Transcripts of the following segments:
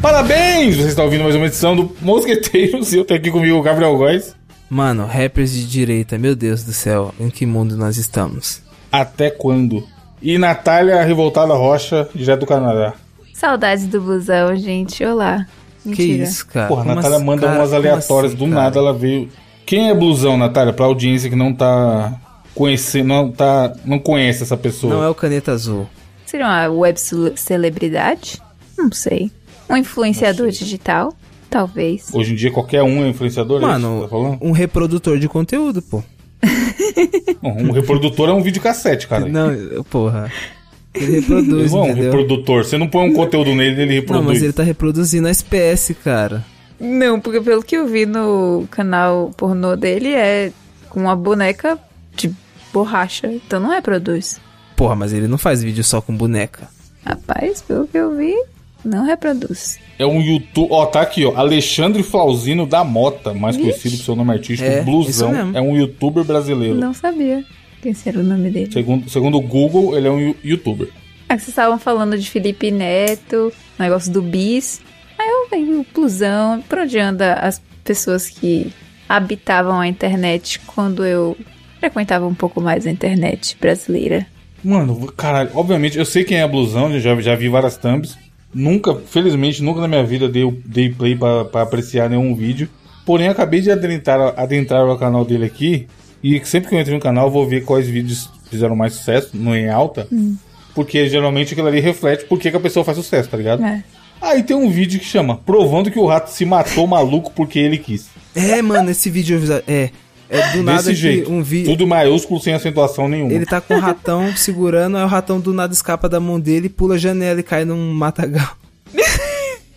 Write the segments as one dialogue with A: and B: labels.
A: Parabéns! Você está ouvindo mais uma edição do Mosqueteiros e eu tenho aqui comigo o Gabriel Góes.
B: Mano, rappers de direita, meu Deus do céu, em que mundo nós estamos?
A: Até quando? E Natália Revoltada Rocha, direto do Canadá.
C: Saudades do busão, gente. Olá. Mentira.
B: Que isso, cara?
A: Porra, a
B: Como
A: Natália
B: assim,
A: manda
B: cara?
A: umas
B: Como
A: aleatórias
B: assim,
A: do
B: cara?
A: nada, ela veio. Quem é blusão, Natália? Pra audiência que não tá conhecendo, não tá, não conhece essa pessoa.
B: Não é o caneta azul.
C: Seria uma web ce- celebridade? Não sei. Um influenciador digital? Talvez.
A: Hoje em dia qualquer um é influenciador, é isso
B: Mano,
A: que você tá falando?
B: um reprodutor de conteúdo, pô.
A: Não, um reprodutor é um videocassete, cara.
B: Não, eu- porra. Ele reproduz,
A: Irmão, um
B: entendeu?
A: reprodutor. Você não põe um conteúdo nele, ele
B: Não,
A: reproduz.
B: mas ele tá reproduzindo a espécie, cara.
C: Não, porque pelo que eu vi no canal pornô dele é com uma boneca de borracha. Então não é produz.
B: Porra, mas ele não faz vídeo só com boneca.
C: Rapaz, pelo que eu vi, não reproduz.
A: É um YouTube. Ó, tá aqui, ó. Alexandre Flauzino da Mota, mais conhecido por seu nome artístico,
B: É, isso
A: Blusão.
B: mesmo.
A: É um youtuber brasileiro.
C: Não sabia quem seria o nome dele.
A: Segundo, segundo o Google, ele é um you- youtuber.
C: Ah, que vocês estavam falando de Felipe Neto, negócio do bis. Aí eu venho o plusão, por onde anda as pessoas que habitavam a internet quando eu frequentava um pouco mais a internet brasileira.
A: Mano, caralho, obviamente, eu sei quem é a blusão, eu já, já vi várias thumbs. Nunca, felizmente, nunca na minha vida dei, dei play pra, pra apreciar nenhum vídeo. Porém, eu acabei de adentrar, adentrar o canal dele aqui. E sempre que eu entro no canal, eu vou ver quais vídeos fizeram mais sucesso, não em alta.
B: Hum.
A: Porque geralmente aquilo ali reflete por que que a pessoa faz sucesso, tá ligado?
C: É.
A: Aí tem um vídeo que chama Provando que o rato se matou maluco porque ele quis.
B: É, mano, esse vídeo eu já- é é do nada
A: Desse
B: que
A: jeito.
B: um vídeo
A: Tudo maiúsculo sem acentuação nenhuma.
B: ele tá com o ratão segurando, aí o ratão do nada escapa da mão dele, pula a janela e cai num matagal.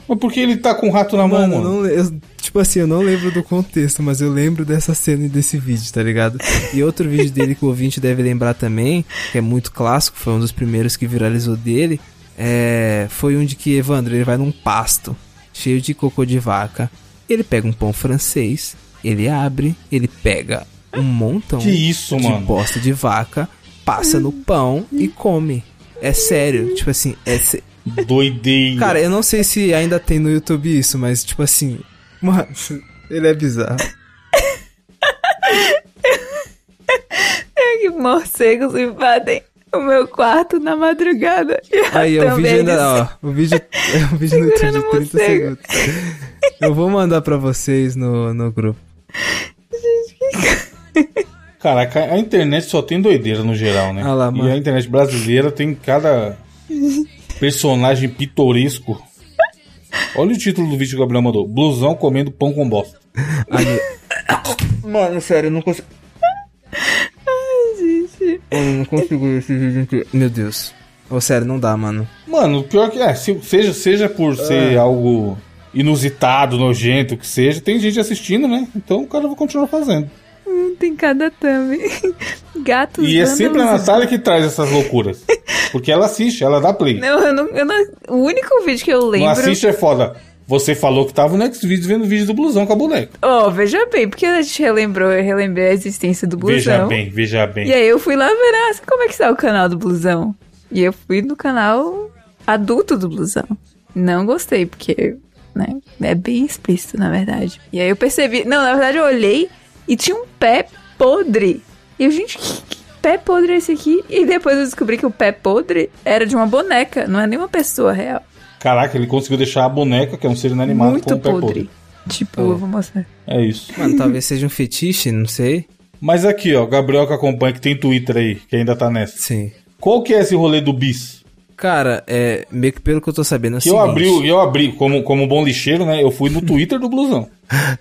A: Mas por que ele tá com o rato na mão,
B: Mano, eu
A: mano?
B: não le- eu- tipo assim, eu não lembro do contexto, mas eu lembro dessa cena e desse vídeo, tá ligado? E outro vídeo dele que o ouvinte deve lembrar também, que é muito clássico, foi um dos primeiros que viralizou dele, é, foi um de que Evandro, ele vai num pasto cheio de cocô de vaca, ele pega um pão francês, ele abre, ele pega um montão
A: Que isso,
B: de
A: mano?
B: bosta de vaca, passa no pão e come. É sério, tipo assim, é, sé-
A: Doideira.
B: Cara, eu não sei se ainda tem no YouTube isso, mas tipo assim. Mano, ele é bizarro.
C: É que morcegos invadem o meu quarto na madrugada. E eu
B: Aí, o
C: também
B: vídeo ainda.
C: disse-
B: Ó, o vídeo. É um vídeo no YouTube
C: Segurando
B: de 30
C: morcego.
B: segundos. Eu vou mandar pra vocês no, no grupo.
A: Caraca, a internet só tem doideira no geral, né?
B: Ah é- lá, mano.
A: E a internet brasileira tem cada personagem pitoresco. Olha o título do vídeo que o Gabriel mandou: Blusão comendo pão com bosta.
B: Mano, sério, eu não consigo. Eu não consigo esse vídeo inteiro. Meu Deus. Ô, sério, não dá, mano.
A: Mano, pior que é, se- seja, seja por
B: Ah.
A: ser algo inusitado, nojento, o que seja, tem gente assistindo, né? Então o cara vai continuar fazendo.
C: Hum, Tem cada thumb. Gatos
A: E é
C: dando
A: sempre a
C: luz.
A: Natália que traz essas loucuras. Porque ela assiste, ela dá play.
C: Não, eu não, eu não- O único vídeo que eu
A: Não
C: lembro.
A: assiste é foda. Você falou que tava no Next Video vendo vídeo do blusão com a boneca.
C: Ó, veja bem, porque a gente relembrou, eu relembrei a existência do blusão.
A: Veja bem, veja bem.
C: E é- aí eu fui lá ver, ah, como é que está o canal do Blusão? E eu fui no canal adulto do Blusão. Não gostei, porque, né, é bem explícito, na verdade. E aí eu percebi, não, na verdade eu olhei e tinha um pé podre. E eu, gente, que, que pé podre é esse aqui? E depois eu descobri que o pé podre era de uma boneca, não é nenhuma pessoa real.
A: Caraca, ele conseguiu deixar a boneca, que é um ser inanimado, com
C: Muito
A: o pé podre.
C: podre. Tipo,
B: Oh.
C: eu vou mostrar.
A: É isso.
B: Mano, talvez seja um fetiche, não sei.
A: Mas aqui, ó, Gabriel que acompanha, que tem Twitter aí, que ainda tá nessa.
B: Sim.
A: Qual que é esse rolê do bis?
B: Cara, é. Meio que pelo que eu tô sabendo, é o
A: Que eu
B: seguinte.
A: abri, eu abri, como, como bom lixeiro, né? Eu fui no Twitter do Blusão.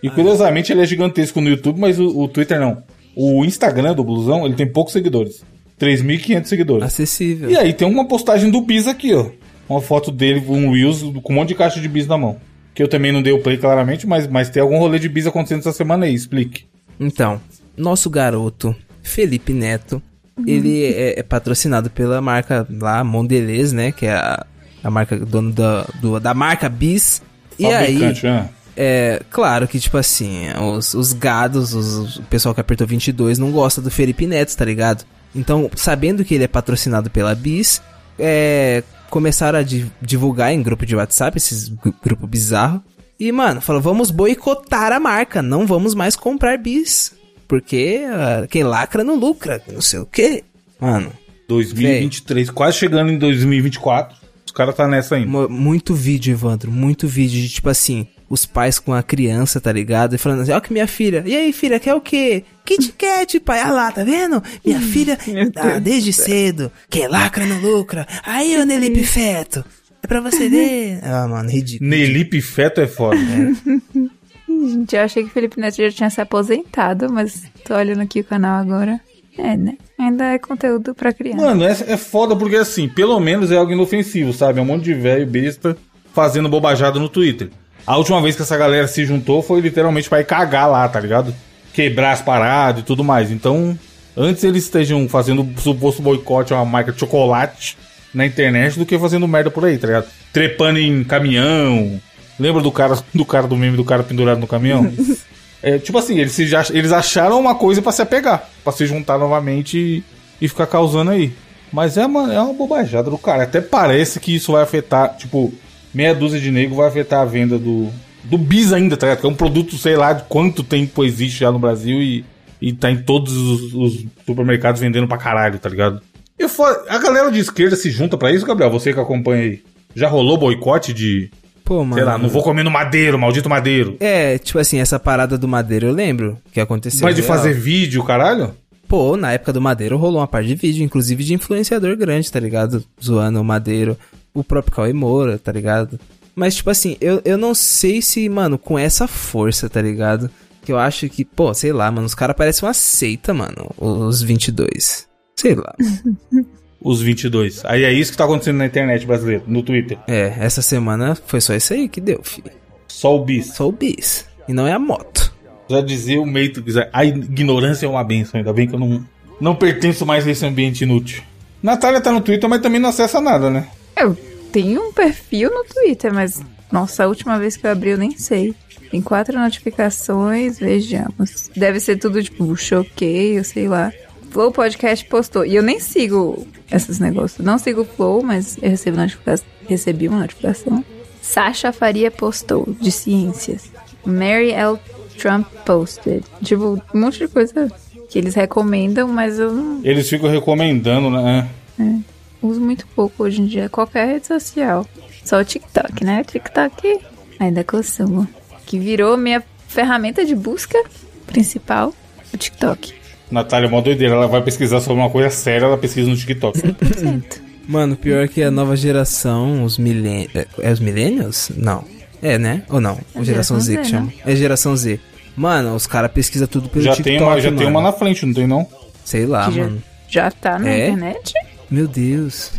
A: E curiosamente ele é gigantesco no YouTube, mas o, o Twitter não. O Instagram do Blusão, ele tem poucos seguidores. 3.500 seguidores.
B: Acessível.
A: E aí tem uma postagem do bis aqui, ó. Uma foto dele, um Reels, com um monte de caixa de bis na mão. Que eu também não dei o play claramente, mas, mas tem algum rolê de bis acontecendo essa semana aí, explique.
B: Então, nosso garoto, Felipe Neto, ele é, é patrocinado pela marca lá, Mondelez, né? Que é a, a marca dono da, do- da marca Bis. E aí,
A: Fabricante, né?
B: é claro que, tipo assim, os, os gados, os, o pessoal que apertou 22 não gosta do Felipe Neto, tá ligado? Então, sabendo que ele é patrocinado pela Bis, é, começaram a di- divulgar em grupo de WhatsApp, esses gru- grupo bizarro. E, mano, falou, vamos boicotar a marca, não vamos mais comprar bis. Porque ah, quem lacra não lucra, não sei o quê. Mano,
A: 2023, quase chegando em 2024. Os caras tá nessa ainda.
B: Mo- Muito vídeo, Evandro. Muito vídeo de tipo assim, os pais com a criança, tá ligado? E falando assim: ó, que minha filha. E aí, filha, quer o quê? Kit Kat, pai. Ah lá, tá vendo? Minha filha,
C: meu
B: ah,
C: Deus
B: desde cedo. Quem lacra não lucra. Aí, ô Nelipe Feto. É pra você ver. Ah, mano, ridículo.
A: Nelipe Feto é foda.
C: Ih, Gente, eu achei que o Felipe Neto já tinha se aposentado, mas tô olhando aqui o canal agora. É, né? Ainda é conteúdo pra criança.
A: Mano, essa é foda porque assim, pelo menos é algo inofensivo, sabe? É um monte de velho besta fazendo bobajada no Twitter. A última vez que essa galera se juntou foi literalmente pra ir cagar lá, tá ligado? Quebrar as paradas e tudo mais. Então, antes eles estejam fazendo suposto boicote a uma marca de chocolate na internet do que fazendo merda por aí, tá ligado? Trepando em caminhão. Lembra do cara do cara do meme do cara pendurado no caminhão? É, tipo assim, eles, se já, eles acharam uma coisa pra se apegar, pra se juntar novamente e, e ficar causando aí. Mas é uma, é uma bobajada do cara. Até parece que isso vai afetar, tipo, meia dúzia de nego vai afetar a venda do, do bis ainda, tá ligado? Que é um produto, sei lá, de quanto tempo existe já no Brasil e, e tá em todos os, os supermercados vendendo pra caralho, tá ligado? E fora- a galera de esquerda se junta pra isso, Gabriel? Você que acompanha aí. Já rolou boicote de,
B: Pô, mano.
A: sei lá, não vou comer no madeiro, maldito madeiro.
B: É, tipo assim, essa parada do Madeiro eu lembro que aconteceu. né?
A: Mas de
B: real.
A: fazer vídeo, caralho?
B: Pô, na época do Madeiro rolou uma parte de vídeo, inclusive de influenciador grande, tá ligado? Zoando o Madeiro, o próprio Cauê Moura, tá ligado? Mas, tipo assim, eu, eu não sei se, mano, com essa força, tá ligado? Que eu acho que, pô, sei lá, mano, os caras parecem uma seita, mano, os 22. Sei lá.
A: Os 22. Aí é isso que tá acontecendo na internet brasileira, no Twitter.
B: É, essa semana foi só isso aí que deu, filho.
A: Só o bis.
B: Só o bis. E não é a moto.
A: Já dizia o Matrix, a ignorância é uma benção, ainda bem que eu não, não pertenço mais a esse ambiente inútil. Natália tá no Twitter, mas também não acessa nada, né?
C: Eu tenho um perfil no Twitter, mas nossa, a última vez que eu abri eu nem sei. Tem quatro notificações, vejamos. Deve ser tudo tipo choqueio, sei lá. Flow Podcast postou. E eu nem sigo esses negócios. Não sigo o Flow, mas eu recebo notificação. Recebi uma notificação. Sasha Faria postou, de ciências. Mary L. Trump posted. Tipo, um monte de coisa que eles recomendam, mas eu não
A: Eles ficam recomendando, né?
C: Uso muito pouco hoje em dia qualquer rede social. Só o TikTok, né? TikTok ainda consumo. Que virou minha ferramenta de busca principal, o TikTok.
A: Natália é uma doideira, ela vai pesquisar sobre uma coisa séria, ela pesquisa no TikTok.
C: 100%.
B: Mano, pior que a nova geração, os milênios. É os milênios? Não. É, né? Ou não?
C: É a
B: geração
C: geração
B: Z que
C: Z, né?
B: chama. É geração Z. Mano, os caras pesquisam tudo pelo
A: já
B: TikTok,
A: tem uma, já
B: mano.
A: tem uma na frente, não tem não?
B: Sei lá,
C: Que já,
B: Ah, mano.
C: já tá na
B: É?
C: internet?
B: Meu Deus.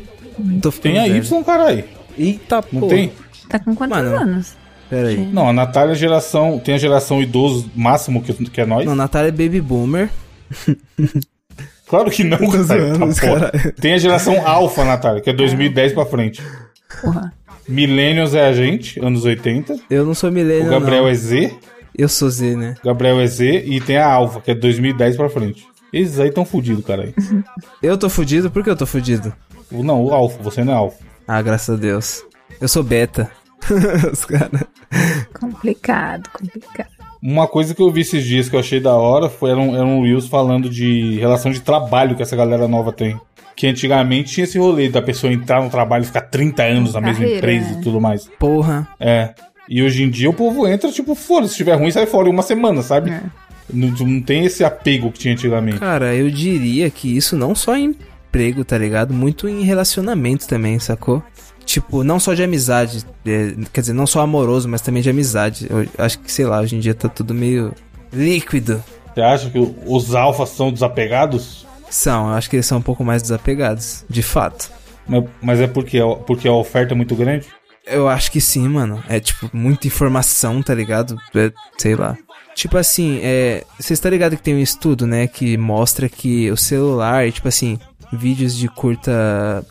B: Tô ficando
A: Tem a
B: velho.
A: Y, caralho.
B: Eita,
A: Não
B: é. pô.
A: tem?
C: Tá com quantos
B: Mano.
C: anos?
B: Pera aí.
A: Não, a Natália é geração, tem a geração idoso máximo que, que é nós.
B: Não, Natália é baby boomer.
A: Claro que não,
B: Tô
A: Natália.
B: zoando,
A: tá, porra.
B: caralho.
A: Tem a geração alfa, Natália, que é 2010 pra frente.
C: Porra.
A: Millennials é a gente, anos 80.
B: Eu não sou
A: O
B: milênio,
A: Gabriel
B: não.
A: é Z.
B: Eu sou Z, né?
A: Gabriel é Z e tem a Alfa, que é 2010 pra frente. Esses aí tão fudidos, caralho.
B: Eu tô fudido? Por que eu tô fudido?
A: O- não, o Alfa, você não é Alfa.
B: Ah, graças a Deus. Eu sou beta. os caras.
C: Complicado, complicado.
A: Uma coisa que eu vi esses dias que eu achei da hora foi era um, era um Reels falando de relação de trabalho que essa galera nova tem. Que antigamente tinha esse rolê da pessoa entrar no trabalho e ficar 30 anos na mesma
C: Carreira,
A: empresa
B: é.
C: né?
A: e tudo mais.
B: Porra.
A: É. E hoje em dia o povo entra, tipo, fora. Se tiver ruim, sai fora em uma semana, sabe?
C: É.
A: Não, não tem esse apego que tinha antigamente.
B: Cara, eu diria que isso não só em emprego, tá ligado? Muito em relacionamento também, sacou? Tipo, não só de amizade, é, quer dizer, não só amoroso, mas também de amizade. Eu acho que, sei lá, hoje em dia tá tudo meio líquido.
A: Você acha que o- os alfas são desapegados?
B: São, eu acho que eles são um pouco mais desapegados, de fato.
A: Mas, mas é porque, a- porque a oferta é muito grande?
B: Eu acho que sim, mano. É tipo, muita informação, tá ligado? É, sei lá. Tipo assim, é. Vocês tá ligado que tem um estudo, né? Que mostra que o celular, tipo assim, vídeos de curta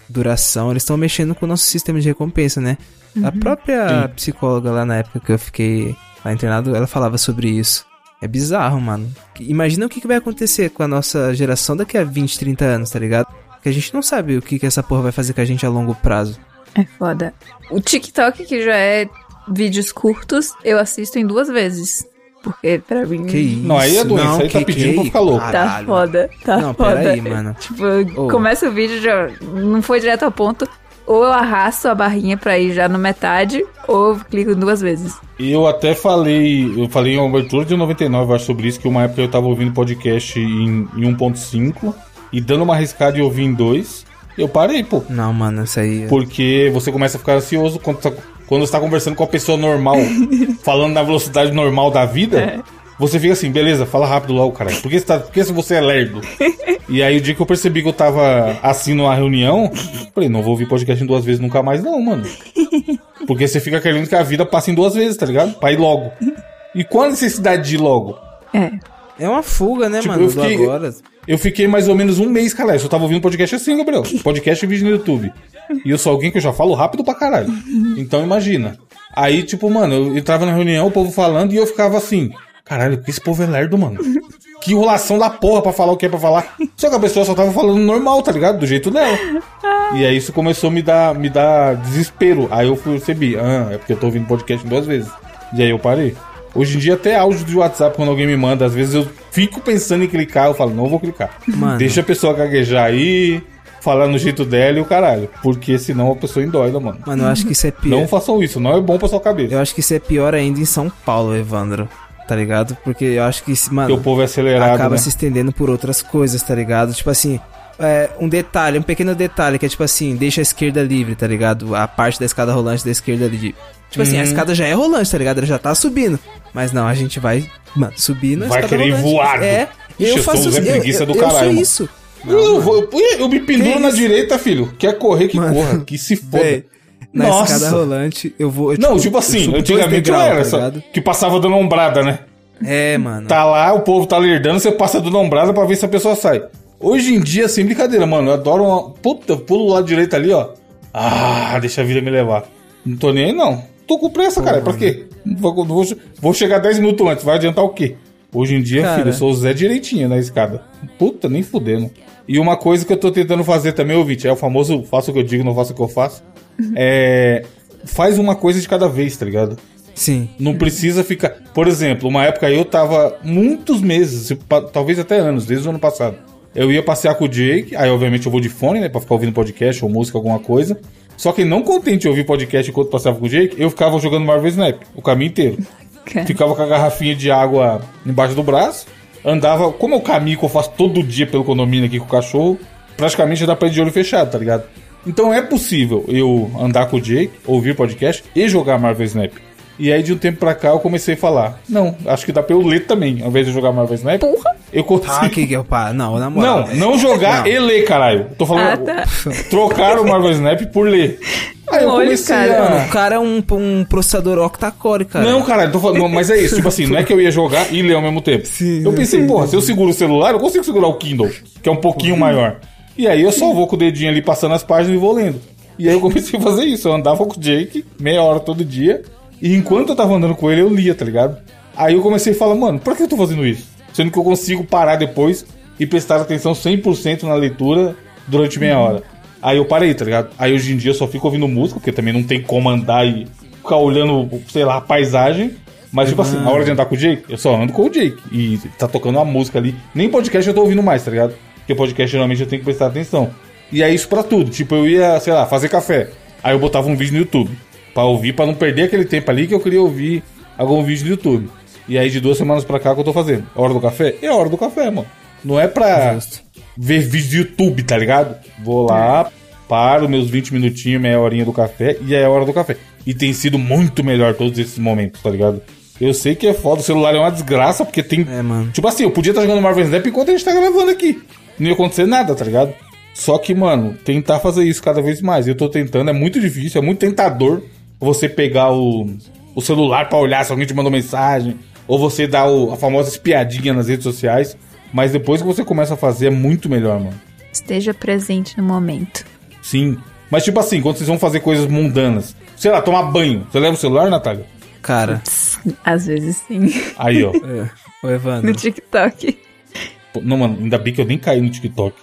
B: duração, eles estão mexendo com o nosso sistema de recompensa, né? A própria psicóloga lá na época que eu fiquei lá internado, ela falava sobre isso. É bizarro, mano. Imagina o que que vai acontecer com a nossa geração daqui a 20, 30 anos, tá ligado? Que a gente não sabe o que, que essa porra vai fazer com a gente a longo prazo.
C: É foda. O TikTok, que já é vídeos curtos, eu assisto em duas vezes. Porque pra mim.
B: Que isso?
A: Não, aí é doença, aí tá pedindo pra ficar louco.
C: Hum. Tá
B: caralho.
C: foda, tá
B: Não,
C: foda.
B: peraí, mano.
C: Tipo,
B: Ô.
C: começa o vídeo, já não foi direto ao ponto. Ou eu arrasto a barrinha pra ir já no metade, ou eu clico duas vezes.
A: E eu até falei, eu falei em uma abertura de 99, eu acho, sobre isso, que uma época eu tava ouvindo podcast em, em 1.5 e dando uma arriscada e ouvi em 2, eu parei, pô.
B: Não, mano, isso aí.
A: Porque você começa a ficar ansioso quando, tá- quando você tá conversando com a pessoa normal, falando na velocidade normal da vida. Você fica assim, beleza, fala rápido logo, cara. Por que você, tá, por que você é lerdo? e aí, o dia que eu percebi que eu tava assim numa reunião, falei, não vou ouvir podcast em duas vezes nunca mais, não, mano. Porque você fica querendo que a vida passe em duas vezes, tá ligado? Pra ir logo. E qual a necessidade de ir logo?
C: É.
B: É uma fuga, né,
A: Tipo,
B: mano?
A: eu
B: Do
A: fiquei-
B: agora.
A: Eu fiquei mais ou menos um mês, caralho. Eu só tava ouvindo podcast assim, Gabriel. Podcast e vídeo no YouTube. E eu sou alguém que eu já falo rápido pra caralho. Então imagina. Aí, tipo, mano, eu entrava na reunião, o povo falando, e eu ficava assim. Caralho, que esse povo é lerdo, mano. Que enrolação da porra pra falar o que é pra falar. Só que a pessoa só tava falando normal, tá ligado? Do jeito dela. E aí isso começou a me dar, me dar desespero. Aí eu fui- percebi, ah, é porque eu tô ouvindo podcast duas vezes. E aí eu parei. Hoje em dia até áudio de WhatsApp, quando alguém me manda, às vezes eu fico pensando em clicar, eu falo, não vou clicar.
B: Mano.
A: Deixa a pessoa gaguejar aí, falar no jeito dela e o caralho. Porque senão a pessoa endoida, mano.
B: Mano, eu acho que isso é pior.
A: Não façam isso, não é bom pra sua cabeça.
B: Eu acho que isso é pior ainda em São Paulo, Evandro. Tá ligado? Porque eu acho que, esse-
A: Porque
B: mano,
A: o povo é acelerado,
B: acaba
A: né?
B: se estendendo por outras coisas, tá ligado? Tipo assim, é, um detalhe, um pequeno detalhe que é tipo assim, deixa a esquerda livre, tá ligado? A parte da escada rolante da esquerda ali. Tipo assim, a escada já é rolante, tá ligado? Ela já tá subindo. Mas não, a gente vai, mano, subindo. a
A: Vai
B: escada
A: querer ir
B: rolante.
A: voado.
B: É,
A: Ixi,
B: eu
A: eu sou
B: faço
A: o Zé
B: eu-
A: Preguiça do
B: eu- eu
A: caralho,
B: sou
A: mano.
B: isso.
A: eu, vou, eu, eu me penduro
B: Que
A: na
B: isso?
A: direita, filho. Quer correr, que
B: Mano.
A: corra. Que se foda.
B: Véi, Na
A: Nossa.
B: escada rolante, eu vou. eu,
A: Não, tipo
B: eu
A: assim,
B: subo é dois
A: antigamente eu
B: degraus,
A: era
B: tá
A: essa,
B: ligado?
A: que passava dando ombrada, né?
B: É, mano.
A: Tá lá, o povo tá lerdando, você passa dando ombrada pra ver se a pessoa sai. Hoje em dia, sem brincadeira, mano, eu adoro uma... Puta, eu pulo do lado direito ali, ó. Ah, deixa a vida me levar. Não tô nem aí, não. Tô com pressa, cara, pra quê? Não Vou, não vou, che- vou chegar 10 minutos antes, vai adiantar o quê? Hoje em dia,
B: Cara.
A: filho, eu sou o Zé direitinho na escada. Puta, nem fudendo. E uma coisa que eu tô tentando fazer também, ouvinte, é o famoso faço o que eu digo, não faço o que eu faço. É... Faz uma coisa de cada vez, tá ligado?
B: Sim.
A: Não precisa ficar. Por exemplo, uma época eu tava muitos meses, se pa- talvez até anos, desde o ano passado. Eu ia passear com o Jake, aí obviamente eu vou de fone, né, pra ficar ouvindo podcast ou música, alguma coisa. Só que não contente de ouvir podcast enquanto passeava com o Jake, eu ficava jogando Marvel Snap o caminho inteiro.
C: Cara.
A: Ficava com a garrafinha de água embaixo do braço, andava, como é o caminho que eu faço todo dia pelo condomínio aqui com o cachorro, praticamente já dá pra ir de olho fechado, tá ligado? Então é possível eu andar com o Jake, ouvir podcast e jogar Marvel Snap. E aí de um tempo pra cá eu comecei a falar, não, acho que dá pra eu ler também, ao invés de jogar Marvel Snap.
C: Porra!
A: Eu consigo...
B: Ah, que que eu pá. Não, na moral. é-
A: Não, não jogar
B: Não.
A: e ler, caralho. Tô
C: Ah,
A: falando,
C: tá.
A: trocaram o Marvel Snap por ler. Aí eu
C: Olha,
A: comecei
C: cara.
A: a...
B: O cara é um, um processador octacore, cara.
A: Não, caralho, tô falando, não, mas é isso, tipo assim, não é que eu ia jogar e ler ao mesmo tempo.
B: Sim.
A: eu pensei, porra, se eu seguro o celular, eu consigo segurar o Kindle, que é um pouquinho maior. E aí eu só vou com o dedinho ali passando as páginas e vou lendo. E aí eu comecei a fazer isso, eu andava com o Jake meia hora todo dia, e enquanto eu tava andando com ele, eu lia, tá ligado? Aí eu comecei a falar, mano, pra que eu tô fazendo isso? Sendo que eu consigo parar depois e prestar atenção 100% na leitura durante meia
B: Uhum.
A: hora. Aí eu parei, tá ligado? Aí hoje em dia eu só fico ouvindo música, porque também não tem como andar e ficar olhando, sei lá, a paisagem. Mas, tipo assim, na hora de andar com o Jake, eu só ando com o Jake. E tá tocando uma música ali. Nem podcast eu tô ouvindo mais, tá ligado? Porque podcast geralmente eu tenho que prestar atenção. E é isso pra tudo. Tipo, eu ia, sei lá, fazer café. Aí eu botava um vídeo no YouTube. Pra ouvir, pra não perder aquele tempo ali que eu queria ouvir algum vídeo no YouTube. E aí de duas semanas pra cá que eu tô fazendo. A hora do café? É a hora do café, mano. Não é pra
B: Justo.
A: ver vídeo do YouTube, tá ligado? Vou lá, paro meus 20 minutinhos, meia horinha do café e é a hora do café. E tem sido muito melhor todos esses momentos, tá ligado? Eu sei que é foda, o celular é uma desgraça, porque tem.
B: É, mano.
A: Tipo assim, eu podia estar jogando Marvel Snap enquanto a gente tá gravando aqui. Não ia acontecer nada, tá ligado? Só que, mano, tentar fazer isso cada vez mais. Eu tô tentando, é muito difícil, é muito tentador você pegar o, o celular pra olhar se alguém te mandou mensagem, ou você dar o- a famosa espiadinha nas redes sociais. Mas depois que você começa a fazer, é muito melhor, mano.
C: Esteja presente no momento.
A: Sim. Mas, tipo assim, quando vocês vão fazer coisas mundanas, sei lá, tomar banho, você leva o celular, Natália?
B: Cara.
C: Às vezes sim.
A: Aí, ó.
B: É. Ô,
C: No
B: Evandro.
C: TikTok.
A: Pô, Não, mano, ainda bem que eu nem caí no TikTok.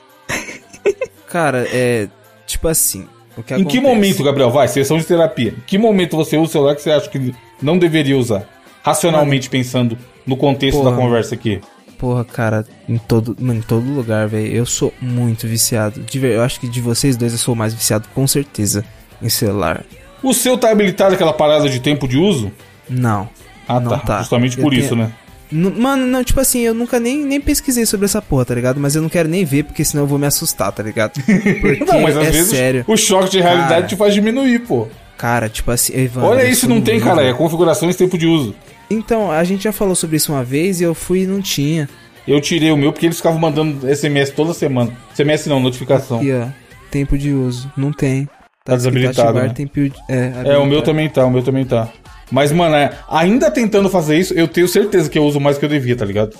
B: Cara, é. Tipo assim. O que
A: em que
B: acontece?
A: momento, Gabriel, vai, sessão de terapia, em que momento você usa o celular que você acha que não deveria usar? Racionalmente pensando no contexto
B: Porra.
A: da conversa aqui.
B: Porra, cara, em todo, mano, em todo lugar, velho. Eu sou muito viciado. De ver- eu acho que de vocês dois eu sou o mais viciado, com certeza, em celular.
A: O seu tá habilitado aquela parada de tempo de uso?
B: Não.
A: Ah,
B: não
A: tá. Justamente
B: Eu
A: por
B: tenho-
A: isso, né?
B: N- Mano, não, tipo assim, eu nunca nem, nem pesquisei sobre essa porra, tá ligado? Mas eu não quero nem ver, porque senão eu vou me assustar, tá ligado? Porque
A: Não, mas às
B: é
A: vezes
B: sério.
A: o choque de realidade
B: Cara.
A: te faz diminuir, pô.
B: Cara, tipo assim, Ivan,
A: Olha
B: eu
A: isso,
B: sou
A: não tem,
B: muito-
A: cara. É configurações e tempo de uso.
B: Então, a gente já falou sobre isso uma vez e eu fui e não tinha.
A: Eu tirei o meu porque eles ficavam mandando SMS toda semana. SMS não, notificação.
B: E ó, é tempo de uso, não tem.
A: Tá
B: escrito
A: desabilitado,
B: ativar
A: né?
B: tempo de- É,
A: É, o meu
B: habilitado.
A: também tá, o meu também tá. Mas, mano, é, ainda tentando fazer isso, eu tenho certeza que eu uso mais do que eu devia, tá ligado?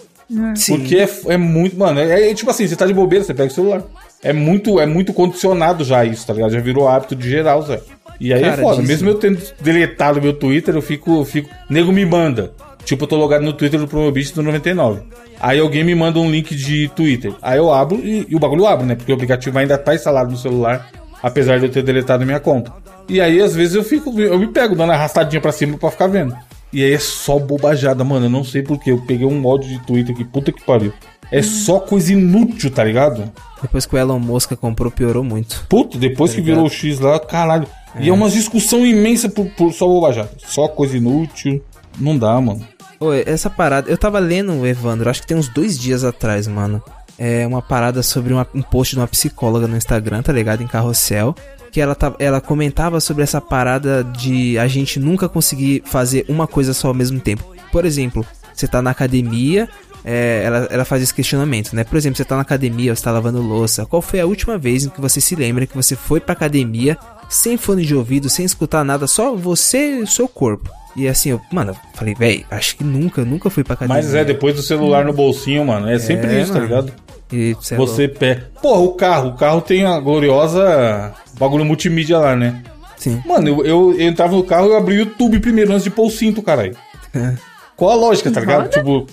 B: Sim.
A: Porque é, é muito. Mano, é, é tipo assim, você tá de bobeira, você pega o celular. É muito, é muito condicionado já isso, tá ligado? Já virou hábito de geral, Zé. E aí é
B: Cara,
A: foda.
B: diz-
A: Mesmo eu tendo deletado meu Twitter, eu fico, eu fico. Nego me manda. Tipo, eu tô logado no Twitter do Promobit do 99. Aí alguém me manda um link de Twitter. Aí eu abro e, e o bagulho abre, né? Porque o aplicativo ainda tá instalado no celular, apesar de eu ter deletado minha conta. E aí, às vezes, eu fico. Eu me pego dando arrastadinha pra cima pra ficar vendo. E aí é só bobajada, mano. Eu não sei porquê. Eu peguei um mod de Twitter que puta que pariu. É só coisa inútil, tá ligado?
B: Depois que o Elon Musk comprou, piorou muito.
A: Puta, depois que virou o X lá, caralho. E é uma discussão imensa por, por só bobajada. Só coisa inútil. Não dá, mano.
B: Ô, essa parada, eu tava lendo, Evandro, acho que tem uns dois dias atrás, mano. É uma parada sobre uma- um post de uma psicóloga no Instagram, tá ligado? Em carrossel. Que ela, tava, ela comentava sobre essa parada de a gente nunca conseguir fazer uma coisa só ao mesmo tempo. Por exemplo, você tá na academia, é, ela, ela faz esse questionamento, né? Por exemplo, você tá na academia, você tá lavando louça. Qual foi a última vez em que você se lembra que você foi pra academia sem fone de ouvido, sem escutar nada, só você e o seu corpo? E assim, eu, mano, eu falei, véi, acho que nunca, nunca fui pra academia.
A: Mas é, depois do celular no bolsinho, mano. É sempre
B: É,
A: isso,
B: mano. Tá
A: tá ligado?
B: E, é sei lá,
A: Você pé. Porra, o carro. O carro tem a gloriosa bagulho multimídia lá, né?
B: Sim.
A: Mano, eu, eu, eu entrava no carro e eu abri o YouTube primeiro antes de pôr o cinto, caralho. Qual a lógica, tá ligado? Tipo,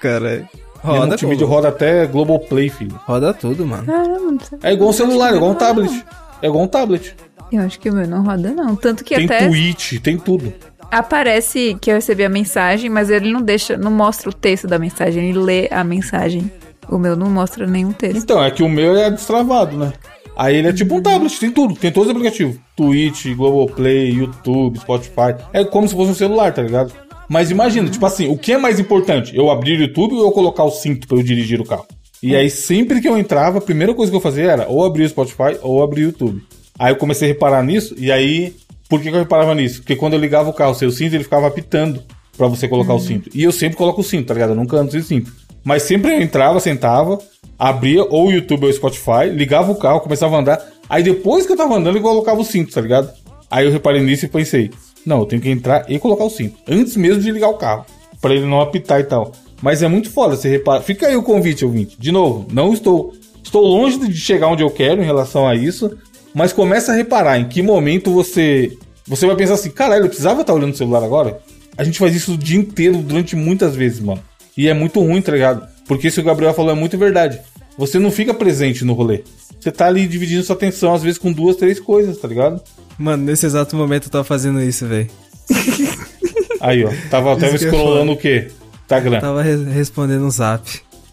B: Caralho.
A: Roda,
B: Roda,
A: multimídia
B: pô.
A: roda até Globoplay, filho.
B: roda tudo, mano.
C: Caramba, Ah, não sei.
A: É igual um celular, é igual um tablet. É igual um tablet.
C: Eu acho que o meu não roda, não. Tanto que
A: Tem
C: até
A: tweet, tem tudo.
C: aparece que eu recebi a mensagem, mas ele não deixa, não mostra o texto da mensagem, ele lê a mensagem. O meu não mostra nenhum texto.
A: Então, é que o meu é destravado, né? Aí ele é tipo um tablet, tem tudo, tem todos os aplicativos. Twitch, Globoplay, YouTube, Spotify. É como se fosse um celular, tá ligado? Mas imagina, tipo assim, o que é mais importante? Eu abrir o YouTube ou eu colocar o cinto pra eu dirigir o carro? E aí, sempre que eu entrava, a primeira coisa que eu fazia era ou abrir o Spotify ou abrir o YouTube. Aí eu comecei a reparar nisso, e aí, por que, que eu reparava nisso? Porque quando eu ligava o carro sem o cinto, ele ficava apitando pra você colocar o cinto. E eu sempre coloco o cinto, tá ligado? Eu nunca ando sem cinto. Mas sempre eu entrava, sentava, abria ou o YouTube ou o Spotify, ligava o carro, começava a andar. Aí depois que eu tava andando, eu colocava o cinto, tá ligado? Aí eu reparei nisso e pensei, não, eu tenho que entrar e colocar o cinto, antes mesmo de ligar o carro, pra ele não apitar e tal. Mas é muito foda, você repara. Fica aí o convite, ouvinte. De novo, não estou Estou longe de chegar onde eu quero em relação a isso, mas começa a reparar em que momento você você vai pensar assim, caralho, eu precisava estar olhando o celular agora? A gente faz isso o dia inteiro durante muitas vezes, mano. E é muito ruim, tá ligado? Porque isso que o Gabriel falou é muito verdade. Você não fica presente no rolê. Você tá ali dividindo sua atenção, às vezes, com duas, três coisas, tá ligado?
B: Mano, nesse exato momento eu tava fazendo isso, velho.
A: Aí, ó. Tava, tava
B: Isso que eu ia
A: escrolando o quê? Instagram.
B: Tava re- respondendo um zap.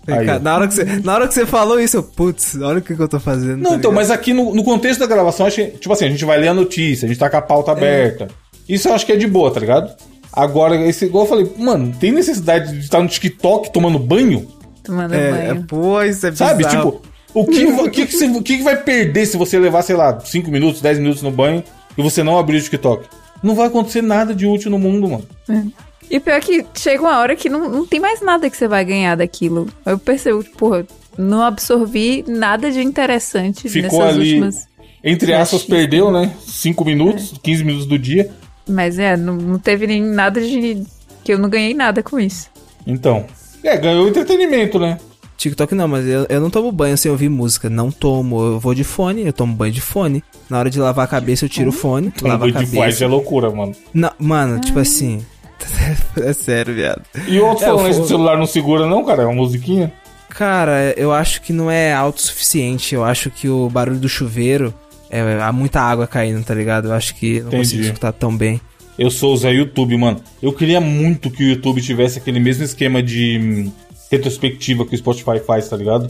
A: Aí, ó.
B: Cara, na, hora que você, na hora que você falou isso, eu, putz, olha o que, que eu tô fazendo.
A: Não,
B: tá
A: então,
B: ligado?
A: mas aqui no, no contexto da gravação, acho que, tipo assim, a gente vai ler a notícia, a gente tá com a
B: É.
A: pauta aberta. Isso eu acho que é de boa, tá ligado? Agora, esse, igual eu falei, mano, tem necessidade de estar no TikTok tomando banho?
C: Tomando
B: É, é,
C: banho.
B: pô, isso é
A: Sabe?
B: bizarro.
A: Tipo, o que, o que, que, você- o que que vai perder se você levar, sei lá, 5 minutos, 10 minutos no banho e você não abrir o TikTok? Não vai acontecer nada de útil no mundo, mano.
C: É. E pior que chega uma hora que não, não tem mais nada que você vai ganhar daquilo. Eu percebo, tipo, porra, não absorvi nada de interessante
A: Ficou
C: nessas
A: ali,
C: últimas.
A: entre aspas,
C: Flashes,
A: perdeu, né? 5 minutos, 15 minutos do dia.
C: Mas é, não, não teve nem nada de. que eu não ganhei nada com isso.
A: Então, é, ganhou entretenimento, né?
B: TikTok não, mas eu, eu não tomo banho sem ouvir música. Não tomo, eu vou de fone, eu tomo banho de fone. Na hora de lavar a cabeça, eu tiro o fone, lavo a
A: Tomando de flash é
B: cabeça.
A: loucura, mano.
B: Não, mano, tipo
C: Ah.
B: assim. é sério, viado.
A: E o outro
B: É,
A: falando
B: eu
A: isso
B: vou-
A: do celular não segura, não, cara? É uma musiquinha?
B: Cara, eu acho que não é alto o suficiente. Eu acho que o barulho do chuveiro é, há muita água caindo, tá ligado? Eu acho que não
A: Entendi.
B: consigo escutar tão bem.
A: Eu sou usar YouTube, mano. Eu queria muito que o YouTube tivesse aquele mesmo esquema de hum, retrospectiva que o Spotify faz, tá ligado?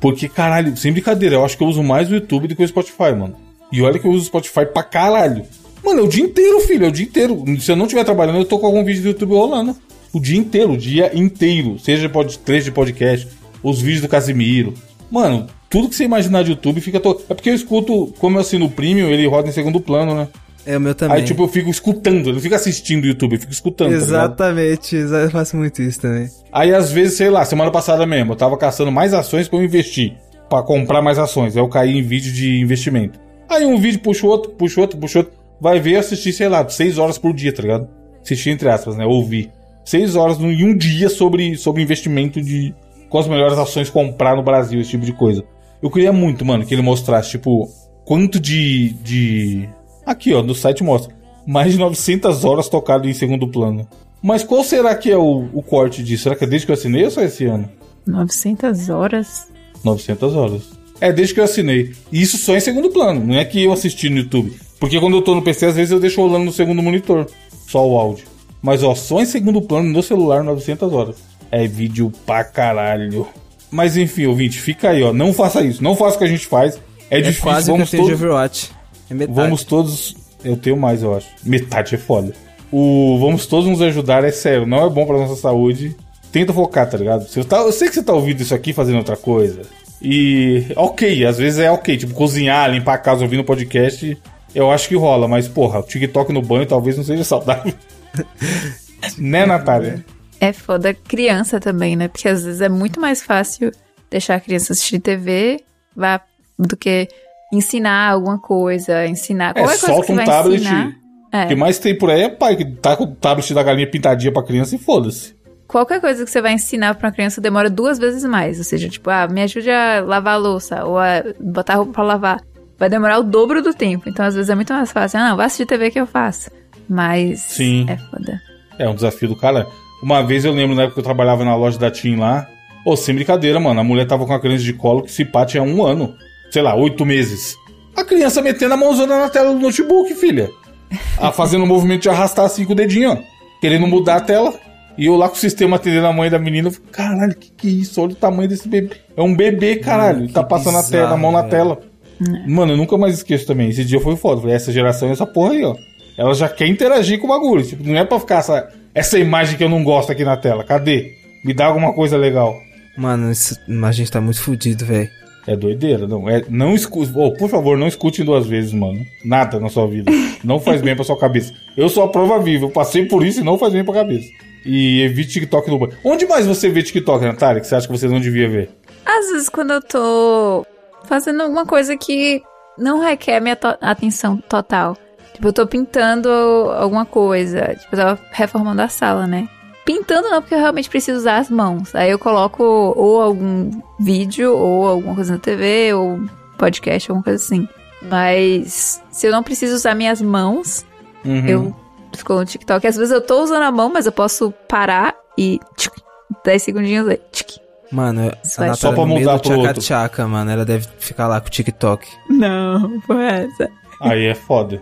A: Porque, caralho, sem brincadeira, eu acho que eu uso mais o YouTube do que o Spotify, mano. E olha que eu uso o Spotify pra caralho. Mano, é o dia inteiro, filho, é o dia inteiro. Se eu não estiver trabalhando, eu tô com algum vídeo do YouTube rolando. O dia inteiro, o dia inteiro. Seja pod- trecho de podcast, os vídeos do Casimiro. Mano, tudo que você imaginar de YouTube fica. To... É porque eu escuto, como eu assino o Premium, ele roda em segundo plano, né?
B: É o meu também.
A: Aí, tipo, eu fico escutando, eu não fico assistindo o YouTube, eu fico escutando. tá ligado?
B: Exatamente, exa- eu faço muito isso também.
A: Aí, às vezes, sei lá, semana passada mesmo, eu tava caçando mais ações pra eu investir, pra comprar mais ações. Aí eu caí em vídeo de investimento. Aí um vídeo puxa o outro, puxa o outro, puxa o outro. Vai ver, eu assisti, sei lá, seis horas por dia, tá ligado? Assisti entre aspas, né? Ouvi. Seis horas em um dia sobre, sobre investimento de quais as melhores ações comprar no Brasil, esse tipo de coisa. Eu queria muito, mano, que ele mostrasse, tipo, quanto de. de... Aqui, ó, no site mostra. Mais de 900 horas tocado em segundo plano. Mas qual será que é o, o corte disso? Será que é desde que eu assinei ou só esse ano?
C: 900 horas?
A: 900 horas. É, desde que eu assinei. E isso só em segundo plano, não é que eu assisti no YouTube. Porque quando eu tô no PC, às vezes eu deixo rolando no segundo monitor, só o áudio. Mas ó, só em segundo plano no celular, 900 horas. É vídeo pra caralho. Mas enfim, ouvinte, fica aí, ó. Não faça isso. Não faça o que a gente faz. É,
B: É
A: difícil,
B: quase o que eu
A: vamos
B: tenho de
A: todos...
B: Overwatch. É metade.
A: Vamos todos. Eu tenho mais, eu acho. Metade é foda. O vamos todos nos ajudar, é sério, não é bom pra nossa saúde. Tenta focar, tá ligado? Você tá- eu sei que você tá ouvindo isso aqui fazendo outra coisa. E. Ok, às vezes é ok. Tipo, cozinhar, limpar a casa, ouvindo podcast. Eu acho que rola, mas, porra, o TikTok no banho talvez não seja saudável. né, Natália?
C: É foda criança também, né? Porque às vezes é muito mais fácil deixar a criança assistir TV vá, do que ensinar alguma coisa, ensinar
A: É,
C: qualquer coisa
A: solta
C: que
A: um
C: vai
A: tablet.
C: ensinar.
A: O que
C: É,
A: mais tem por aí é pai que tá com o tablet da galinha pintadinha pra criança e foda-se.
C: qualquer coisa que você vai ensinar pra uma criança demora duas vezes mais. Ou seja, tipo, ah, me ajude a lavar a louça ou a botar a roupa pra lavar. Vai demorar o dobro do tempo. Então, às vezes, é muito mais fácil. Ah, não, vai assistir TV que eu faço. Mas
A: Sim.
C: é foda.
A: É um desafio do cara. Uma vez eu lembro na época que eu trabalhava na loja da Tim lá. Ô, sem brincadeira, mano. A mulher tava com a criança de colo que se pá tinha um ano. Sei lá, oito meses. A criança metendo a mãozona na tela do notebook, filha. A fazendo o movimento de arrastar assim com o dedinho, ó. Querendo mudar a tela. E eu lá com o sistema atendendo a mãe da menina. Eu falei, caralho, que que é isso? Olha o tamanho desse bebê. É um bebê, caralho.
B: Mano, que
A: tá passando a, tela, a mão na
B: bizarro,
A: tela. Mano, eu nunca mais esqueço também. Esse dia foi foda. Eu Falei, essa geração é essa porra aí, ó. Ela já quer interagir com o bagulho. Tipo, não é pra ficar essa, essa imagem que eu não gosto aqui na tela. Cadê? Me dá alguma coisa legal.
B: Mano, isso- a gente tá muito fudido, velho.
A: É doideira, não. É, não escute. por favor, não escutem duas vezes, mano. Nada na sua vida. Não faz bem pra sua cabeça. Eu sou a prova viva. Eu passei por isso e não faz bem pra cabeça. E evite TikTok no banho. Onde mais você vê TikTok, Natália, que você acha que você não devia ver?
C: Às vezes, quando eu tô fazendo alguma coisa que não requer minha to- atenção total. Tipo, eu tô pintando alguma coisa. Tipo, eu tava reformando a sala, né? Pintando não, porque eu realmente preciso usar as mãos. Aí eu coloco ou algum vídeo, ou alguma coisa na TV, ou podcast, alguma coisa assim. Mas se eu não preciso usar minhas mãos,
A: Uhum.
C: eu ficou no TikTok. Às vezes eu tô usando a mão, mas eu posso parar e tchic, 10 segundinhos aí. tchic.
B: Mano, a
C: Isso vai-
B: Natália
A: Só pra
B: no meio
A: mudar
B: do
A: pro outro.
B: tchaca-tchaca, mano. Ela deve ficar lá com o TikTok.
C: Não, foi essa.
A: Aí é foda.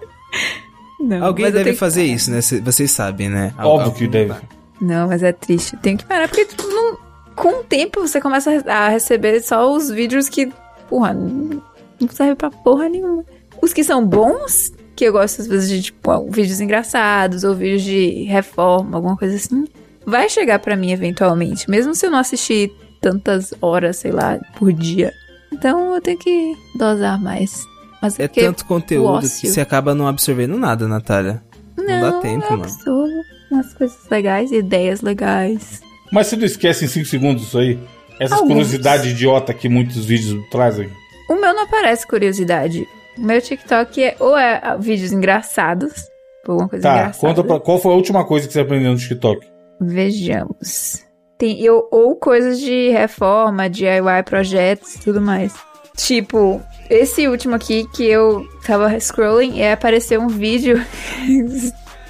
C: Não,
B: Alguém
C: mas eu
B: deve
C: tenho que-
B: fazer isso, né? Cê- Vocês sabem, né? Al-
A: Óbvio
B: algum-
A: que deve.
C: Não, mas é triste. Tem que parar, porque tipo, não- com o tempo você começa a re- a receber só os vídeos que, porra, não não serve pra porra nenhuma. Os que são bons, que eu gosto às vezes de, tipo, ah, vídeos engraçados ou vídeos de reforma, alguma coisa assim, vai chegar pra mim eventualmente, mesmo se eu não assistir tantas horas, sei lá, por dia. Então eu tenho que dosar mais. Mas
B: É
C: porque
B: tanto
C: o
B: conteúdo que
C: ócio.
B: você acaba não absorvendo nada, Natália. Não, dá tempo,
C: eu
B: mano.
C: absorvo é umas coisas legais, ideias legais.
A: Mas você não esquece em 5 segundos isso aí? Essas
C: Alguns.
A: curiosidades idiota que muitos vídeos trazem?
C: O meu não aparece curiosidade. O meu TikTok é ou é ah, vídeos engraçados, ou alguma coisa
A: Tá,
C: engraçada.
A: conta pra, qual foi a última coisa que você aprendeu no TikTok?
C: Vejamos. Tem, eu, ou coisas de reforma, DIY, projetos e tudo mais. Tipo, esse último aqui que eu tava scrolling e aí apareceu um vídeo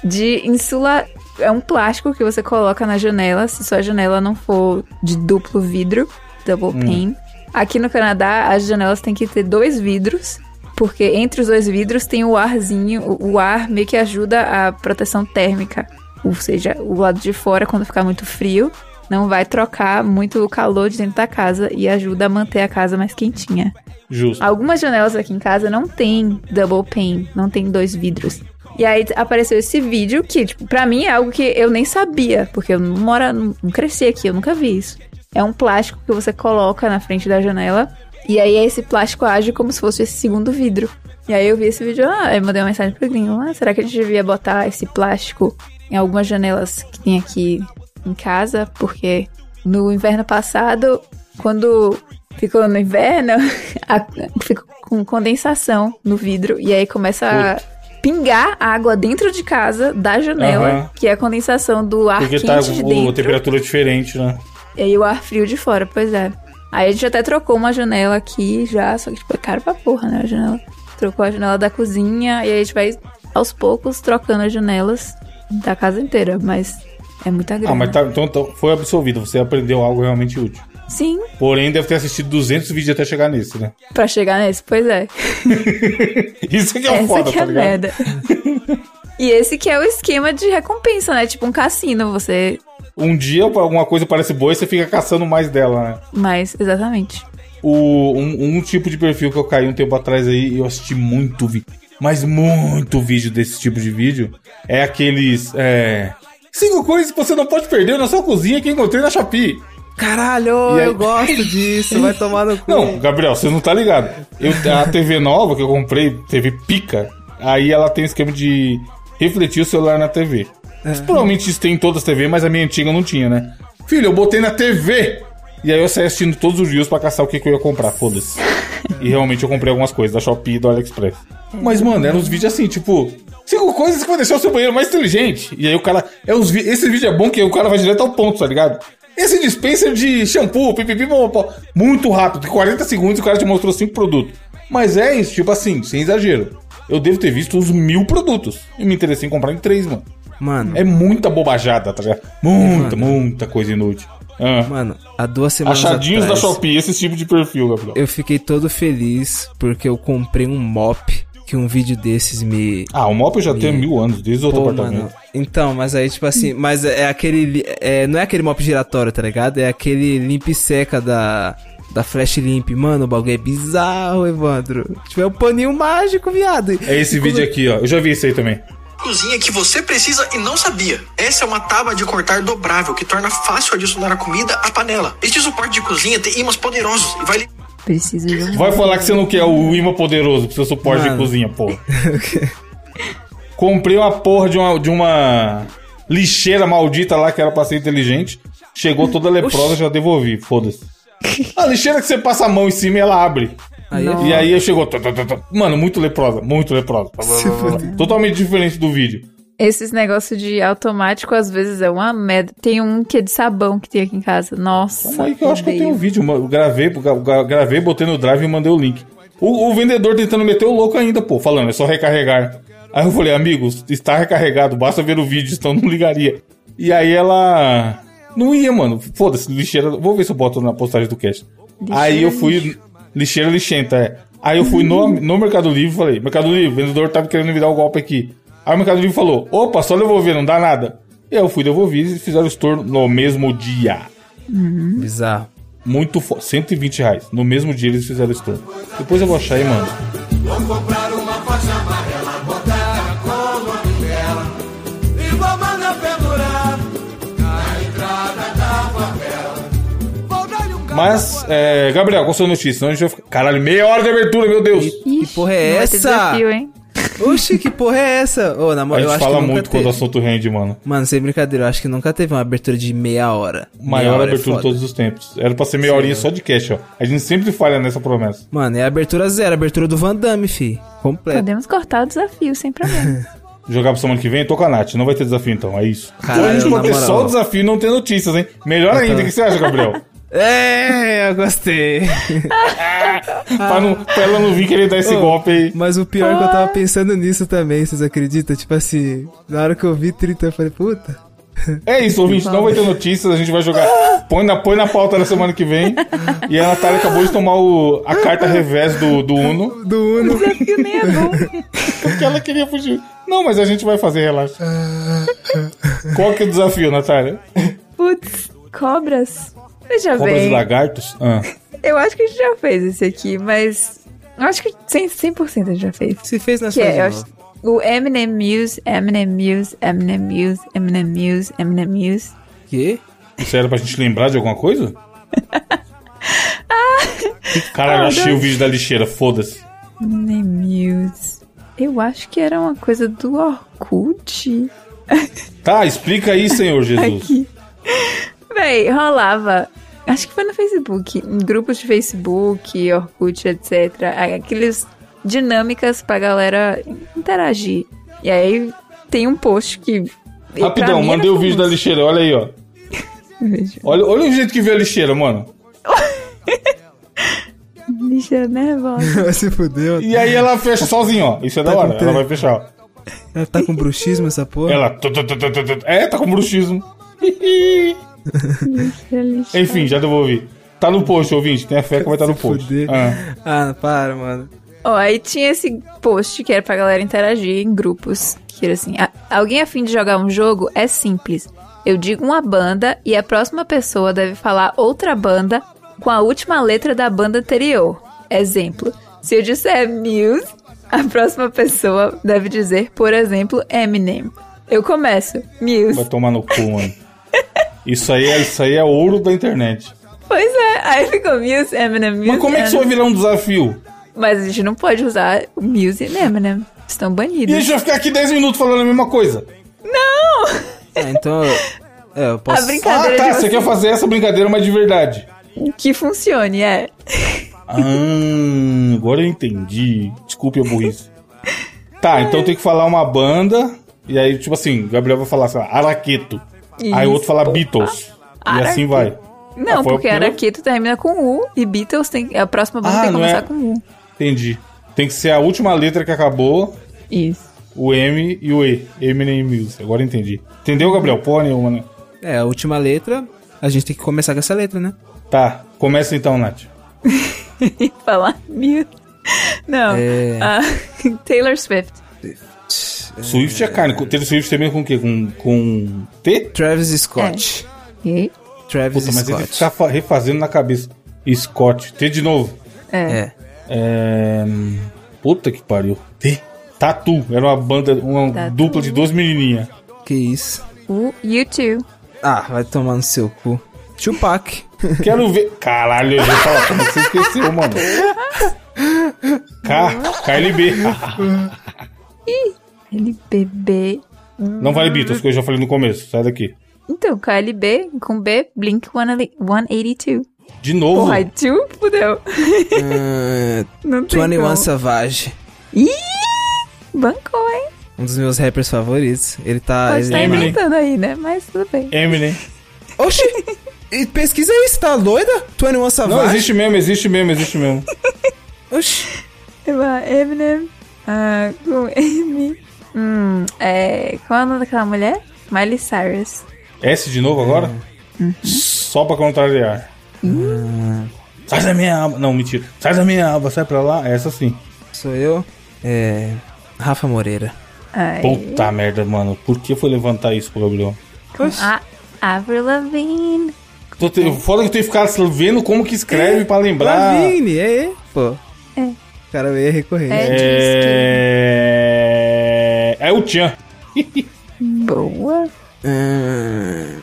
C: de insula. É um plástico que você coloca na janela, se sua janela não for de duplo
A: Hum.
C: vidro, double pane. Aqui no Canadá, as janelas têm que ter dois vidros. Porque entre os dois vidros tem o arzinho, o, o ar meio que ajuda a proteção térmica. Ou seja, o lado de fora, quando ficar muito frio, não vai trocar muito o calor de dentro da casa e ajuda a manter a casa mais quentinha.
A: Justo.
C: Algumas janelas aqui em casa não tem double pane, não tem dois vidros. E aí apareceu esse vídeo que, tipo, pra mim é algo que eu nem sabia, porque eu não mora, não cresci aqui, eu nunca vi isso. É um plástico que você coloca na frente da janela e aí esse plástico age como se fosse esse segundo vidro. E aí eu vi esse vídeo, ah, eu mandei uma mensagem pro Gringo, ah, será que a gente devia botar esse plástico em algumas janelas que tem aqui em casa? Porque no inverno passado, quando ficou no inverno, a- ficou com condensação no vidro e aí começa a pingar água dentro de casa da janela,
A: Aham.
C: que é a condensação do ar
A: Porque
C: quente
A: tá
C: de
A: o, a
C: dentro.
A: temperatura diferente, né?
C: E aí o ar frio de fora, pois é. Aí a gente até trocou uma janela aqui já, só que tipo, é caro pra porra, né, a janela. Trocou a janela da cozinha e aí a gente vai aos poucos trocando as janelas da casa inteira, mas é muita grana.
A: Ah, mas tá, então, então foi absolvido. Você aprendeu algo realmente útil.
C: Sim,
A: Porém, deve ter assistido 200 vídeos até chegar nesse, né?
C: pra chegar nesse, pois é.
A: Isso que é o
C: Essa
A: foda,
C: que é
A: tá
C: a
A: ligado?
C: merda. e esse que é o esquema de recompensa, né? Tipo um cassino, você...
A: Um dia alguma coisa parece boa e você fica caçando mais dela, né?
C: Mas, exatamente.
A: O, um, um tipo de perfil que eu caí um tempo atrás aí, eu assisti muito vídeo. Mas muito vídeo desse tipo de vídeo. É aqueles. É, cinco coisas que você não pode perder na sua cozinha que encontrei na Shopee.
B: Caralho,
A: E aí-
B: eu gosto disso, vai tomar no cu.
A: Não, Gabriel, você não tá ligado. Eu, a TV nova que eu comprei, TV pica, aí ela tem um esquema de refletir o celular na TV. Isso, provavelmente isso tem em todas as TV, mas a minha antiga não tinha, né? Filho, eu botei na TV! E aí eu saí assistindo todos os dias pra caçar o que, que eu ia comprar, foda-se. E realmente eu comprei algumas coisas da Shopee e do AliExpress. Mas, mano, eram uns vídeos assim, tipo... Cinco coisas que vão deixar o seu banheiro mais inteligente. E aí o cara... É uns, vi- esse vídeo é bom que o cara vai direto ao ponto, tá ligado? Esse dispenser de shampoo, pipipi, popopó, muito rápido, em 40 segundos o cara te mostrou cinco produtos. Mas é isso, tipo assim, sem exagero. Eu devo ter visto uns mil produtos e me interessei em comprar em três, mano.
B: Mano,
A: É muita bobajada, tá ligado? Muita, muita coisa inútil. Ah.
B: mano, há duas semanas
A: Achadinhos da
B: atrás,
A: Shopee, esse tipo de perfil, Gabriel.
B: eu fiquei todo feliz porque eu comprei um mop que um vídeo desses me...
A: Ah, o Mop eu já tenho mil anos, desde o outro
B: Pô,
A: apartamento.
B: mano. Então, mas aí, tipo assim, mas é aquele. li- É, não é aquele mop giratório, tá ligado? É aquele limp e seca da. Da Flash Limp. Mano, o bagulho é bizarro, Evandro. Tipo, é um paninho mágico, viado.
A: É esse vídeo aqui, ó. Eu já vi isso aí também.
D: cozinha que você precisa e não sabia. Essa é uma tábua de cortar dobrável que torna fácil adicionar a comida à panela. Este suporte de cozinha tem ímãs poderosos e vai li-
C: Preciso de um...
A: Vai falar que você não quer o imã poderoso pro seu suporte de
B: Mano.
A: cozinha, pô. Comprei uma porra de uma, de uma lixeira maldita lá que era pra ser inteligente. Chegou toda leprosa, já devolvi, foda-se. A lixeira que você passa a mão em cima e ela abre.
B: Aí, é
C: Não.
A: E aí eu chegou. tó, tó, tó, tó. Mano, muito leprosa, muito leprosa.
B: Se fuder.
A: Totalmente diferente do vídeo.
C: Esses negócios de automático às vezes é uma merda. Tem um que é de sabão que tem aqui em casa. Nossa.
A: Calma aí que eu acho que eu
C: odeio.
A: tenho um vídeo. mano. Eu Gravei, gra- gra- gravei, botei no drive e mandei o link. O, o vendedor tentando meter o louco ainda, pô, falando, é só recarregar. Aí eu falei, amigos, está recarregado, basta ver o vídeo, então não ligaria. E aí ela. Não ia, mano. Foda-se, lixeira. Vou ver se eu boto na postagem do cast. aí eu fui. Lixeira lixenta, é. Aí eu fui no, no Mercado Livre e falei, Mercado Livre, o vendedor tava querendo me dar o golpe aqui. Aí o Mercado Livre falou, opa, só devolver, não dá nada. E aí eu fui devolver e fizeram o estorno no mesmo dia.
B: Bizarro.
A: Muito fo... 120 reais. No mesmo dia eles fizeram isso tudo. Depois eu vou achar e mando.
E: Vou comprar uma faixa amarela, botar a cor no nome dela e vou mandar pendurar na entrada da favela. Vou dar-lhe um
A: Mas, é, Gabriel, qual a sua notícia? Senão a gente vai ficar... Caralho, meia hora de abertura, meu Deus!
C: Ixi,
B: Que porra é
C: não vai ter
B: essa?
C: Desafio, hein?
B: Oxi, que porra é essa? Ô, na
A: A
B: moral, eu
A: gente
B: acho
A: fala
B: que nunca
A: muito
B: teve.
A: quando o assunto rende, mano.
B: Mano, sem brincadeira, eu acho que nunca teve uma abertura de meia hora. Meia
A: Maior
B: hora é
A: abertura de
B: foda.
A: todos os tempos. Era pra ser meia horinha só de cash, ó. A gente sempre falha nessa promessa.
B: Mano, é a abertura zero, a abertura do Van Damme, fi. Completa.
C: Podemos cortar o desafio sem problema.
A: Jogar pra semana que vem, toca a Nath. Não vai ter desafio então, é isso.
B: Caralho,
A: Ou a gente
B: na
A: pode ter
B: moral.
A: só o desafio e não ter notícias, hein? Melhor ainda, o que você acha, Gabriel?
B: É, eu gostei.
A: pra, não, pra ela não vir querer dar esse
B: Ô,
A: golpe aí.
B: Mas o pior é que eu tava pensando nisso também, vocês acreditam? Tipo assim, na hora que eu vi 30, eu falei, puta.
A: É isso, ouvinte, não vai ter notícias, a gente vai jogar Põe na, põe na pauta da semana que vem. E a Natália acabou de tomar o, a carta revés do, do Uno,
B: Do
C: O
B: Uno.
C: desafio nem é bom.
A: porque ela queria fugir. Não, mas a gente vai fazer, relaxa. Qual que é o desafio, Natália?
C: Putz, cobras. Veja
A: Cobras e
C: bem.
A: lagartos? Ah.
C: Eu acho que a gente já fez esse aqui, mas. Eu acho que 100%, 100 a gente já fez.
B: Se fez nessa
C: Que é, eu
B: é,
C: acho, o Eminem Muse, Eminem Muse, Eminem Muse, Eminem Muse, Eminem Muse.
B: Que?
A: Isso era pra gente lembrar de alguma coisa? Caralho,
C: Ah,
A: achei
C: não.
A: o vídeo da lixeira, foda-se.
C: Eminem Muse. Eu acho que era uma coisa do Orkut.
A: Tá, explica aí, Senhor Jesus.
C: Aqui. Véi, rolava. Acho que foi no Facebook. Em grupos de Facebook, Orkut, etc. Aqueles dinâmicas pra galera interagir. E aí tem um post que. e pra
A: Rapidão,
C: mim era
A: mandei o vídeo da
C: famoso.
A: lixeira, olha aí, ó.
C: Veja.
A: Olha, olha o jeito que veio a lixeira, mano.
C: Lixeira nervosa.
B: Se fudeu.
A: E aí ela fecha sozinha, ó. Isso é da
B: Tá
A: hora,
B: com
A: ela
B: tre-
A: vai fechar, ó.
B: Ela tá com bruxismo essa porra?
A: Ela. tu, tu, tu, tu, tu, tu. É, tá com bruxismo.
C: Lixeira, lixeira.
A: Enfim, já devolvi. Tá no post, ouvinte. Tem a fé que vai estar no
B: Se
A: post.
B: fuder.
A: Ah,
B: Ah, para, mano.
C: Ó, aí tinha esse post que era pra galera interagir em grupos. Que era assim: "A- alguém a fim de jogar um jogo é simples. Eu digo uma banda e a próxima pessoa deve falar outra banda com a última letra da banda anterior. Exemplo: se eu disser Muse, a próxima pessoa deve dizer, por exemplo, Eminem. Eu começo,
A: vai
C: Muse.
A: tomar no cu, mano. Isso aí, é, isso aí é ouro da internet.
C: Pois é, aí ficou Muse, Eminem, Muse.
A: Mas como é que isso vai
C: Eminem.
A: virar um desafio?
C: Mas a gente não pode usar o Muse e Eminem. Estão
A: E a
C: banidos.
A: gente vai ficar aqui 10 minutos falando a mesma coisa.
B: Ah, então. É, eu posso.
C: A
A: Ah,
C: brincadeira
A: tá.
C: de
A: Você quer fazer essa brincadeira, mas de verdade.
C: que funcione, é.
A: Ah, agora eu entendi. Desculpe a burrice. Tá, então tem que falar uma banda. E aí, tipo assim, o Gabriel vai falar, sei lá, Araqueto. Aí o outro fala Beatles. E
C: Araqueto.
A: assim vai.
C: Não,
A: Ah, foi a
C: porque
A: primeira?
C: Araqueto termina com U e Beatles tem. A próxima banda
A: Ah,
C: tem que
A: não
C: começar
A: é?
C: com U.
A: Entendi. Tem que ser a última letra que acabou,
C: Isso.
A: o M e o E. Eminem Music. Agora eu entendi. Entendeu, Gabriel? Porra nenhuma, né?
B: É, a última letra. A gente tem que começar com essa letra, né?
A: Tá, começa então, Nath.
C: E falar mil. Não.
B: É.
C: ah, Taylor Swift.
A: Swift é carne. Teve Swift também com o quê? Com, com T?
B: Travis Scott.
C: E?
B: Travis
A: Puta, mas ele
B: Scott.
A: fica fa- refazendo na cabeça. Scott. T de novo.
C: É.
B: É.
A: É... hum, Puta que pariu. T. Tatu. Era uma banda, uma
C: Tatu.
A: dupla de duas menininhas.
B: Que isso.
C: U, U2.
B: Ah, vai tomar no seu cu. Tupac.
A: Quero ver. Caralho, eu já falar. Como é você esqueceu, mano? K. KLB.
C: LBB.
A: Não vale Beatles, que eu já falei no começo. Sai daqui.
C: Então, KLB com B, Blink 182.
A: De novo.
C: Porra, tio, fudeu.
B: Ah,
C: Não tem
B: 21
C: como.
B: Savage.
C: Ih! Bancou, hein?
B: Um dos meus rappers favoritos. Ele tá.
C: Pode
B: Ele...
C: estar
A: Ah, Eminem.
C: inventando aí, né? Mas tudo bem.
A: Eminem.
B: Oxi! E Pesquisa isso, tá doida? 21
A: Não,
B: Savage.
A: existe mesmo, existe mesmo, existe mesmo.
B: Oxi.
C: Ela, Eminem, ah, com M. Hum, é. Qual é o nome daquela mulher? Miley Cyrus.
A: S de novo agora? Só pra contrariar. Sai da minha aba. Não, mentira. Sai da minha aba, sai pra lá. Essa sim.
B: Sou eu. É. Rafa Moreira.
C: Ai,
A: Puta merda, mano. Por que foi levantar isso pro Gabriel?
C: a Avril Lavigne.
A: Tô te... Foda que eu tenho que ficar vendo como que escreve pra lembrar.
B: Lavigne, é ele, pô.
C: É.
B: O cara ia recorrer.
C: É.
A: É. É o Tchan.
C: Boa.
B: Ah,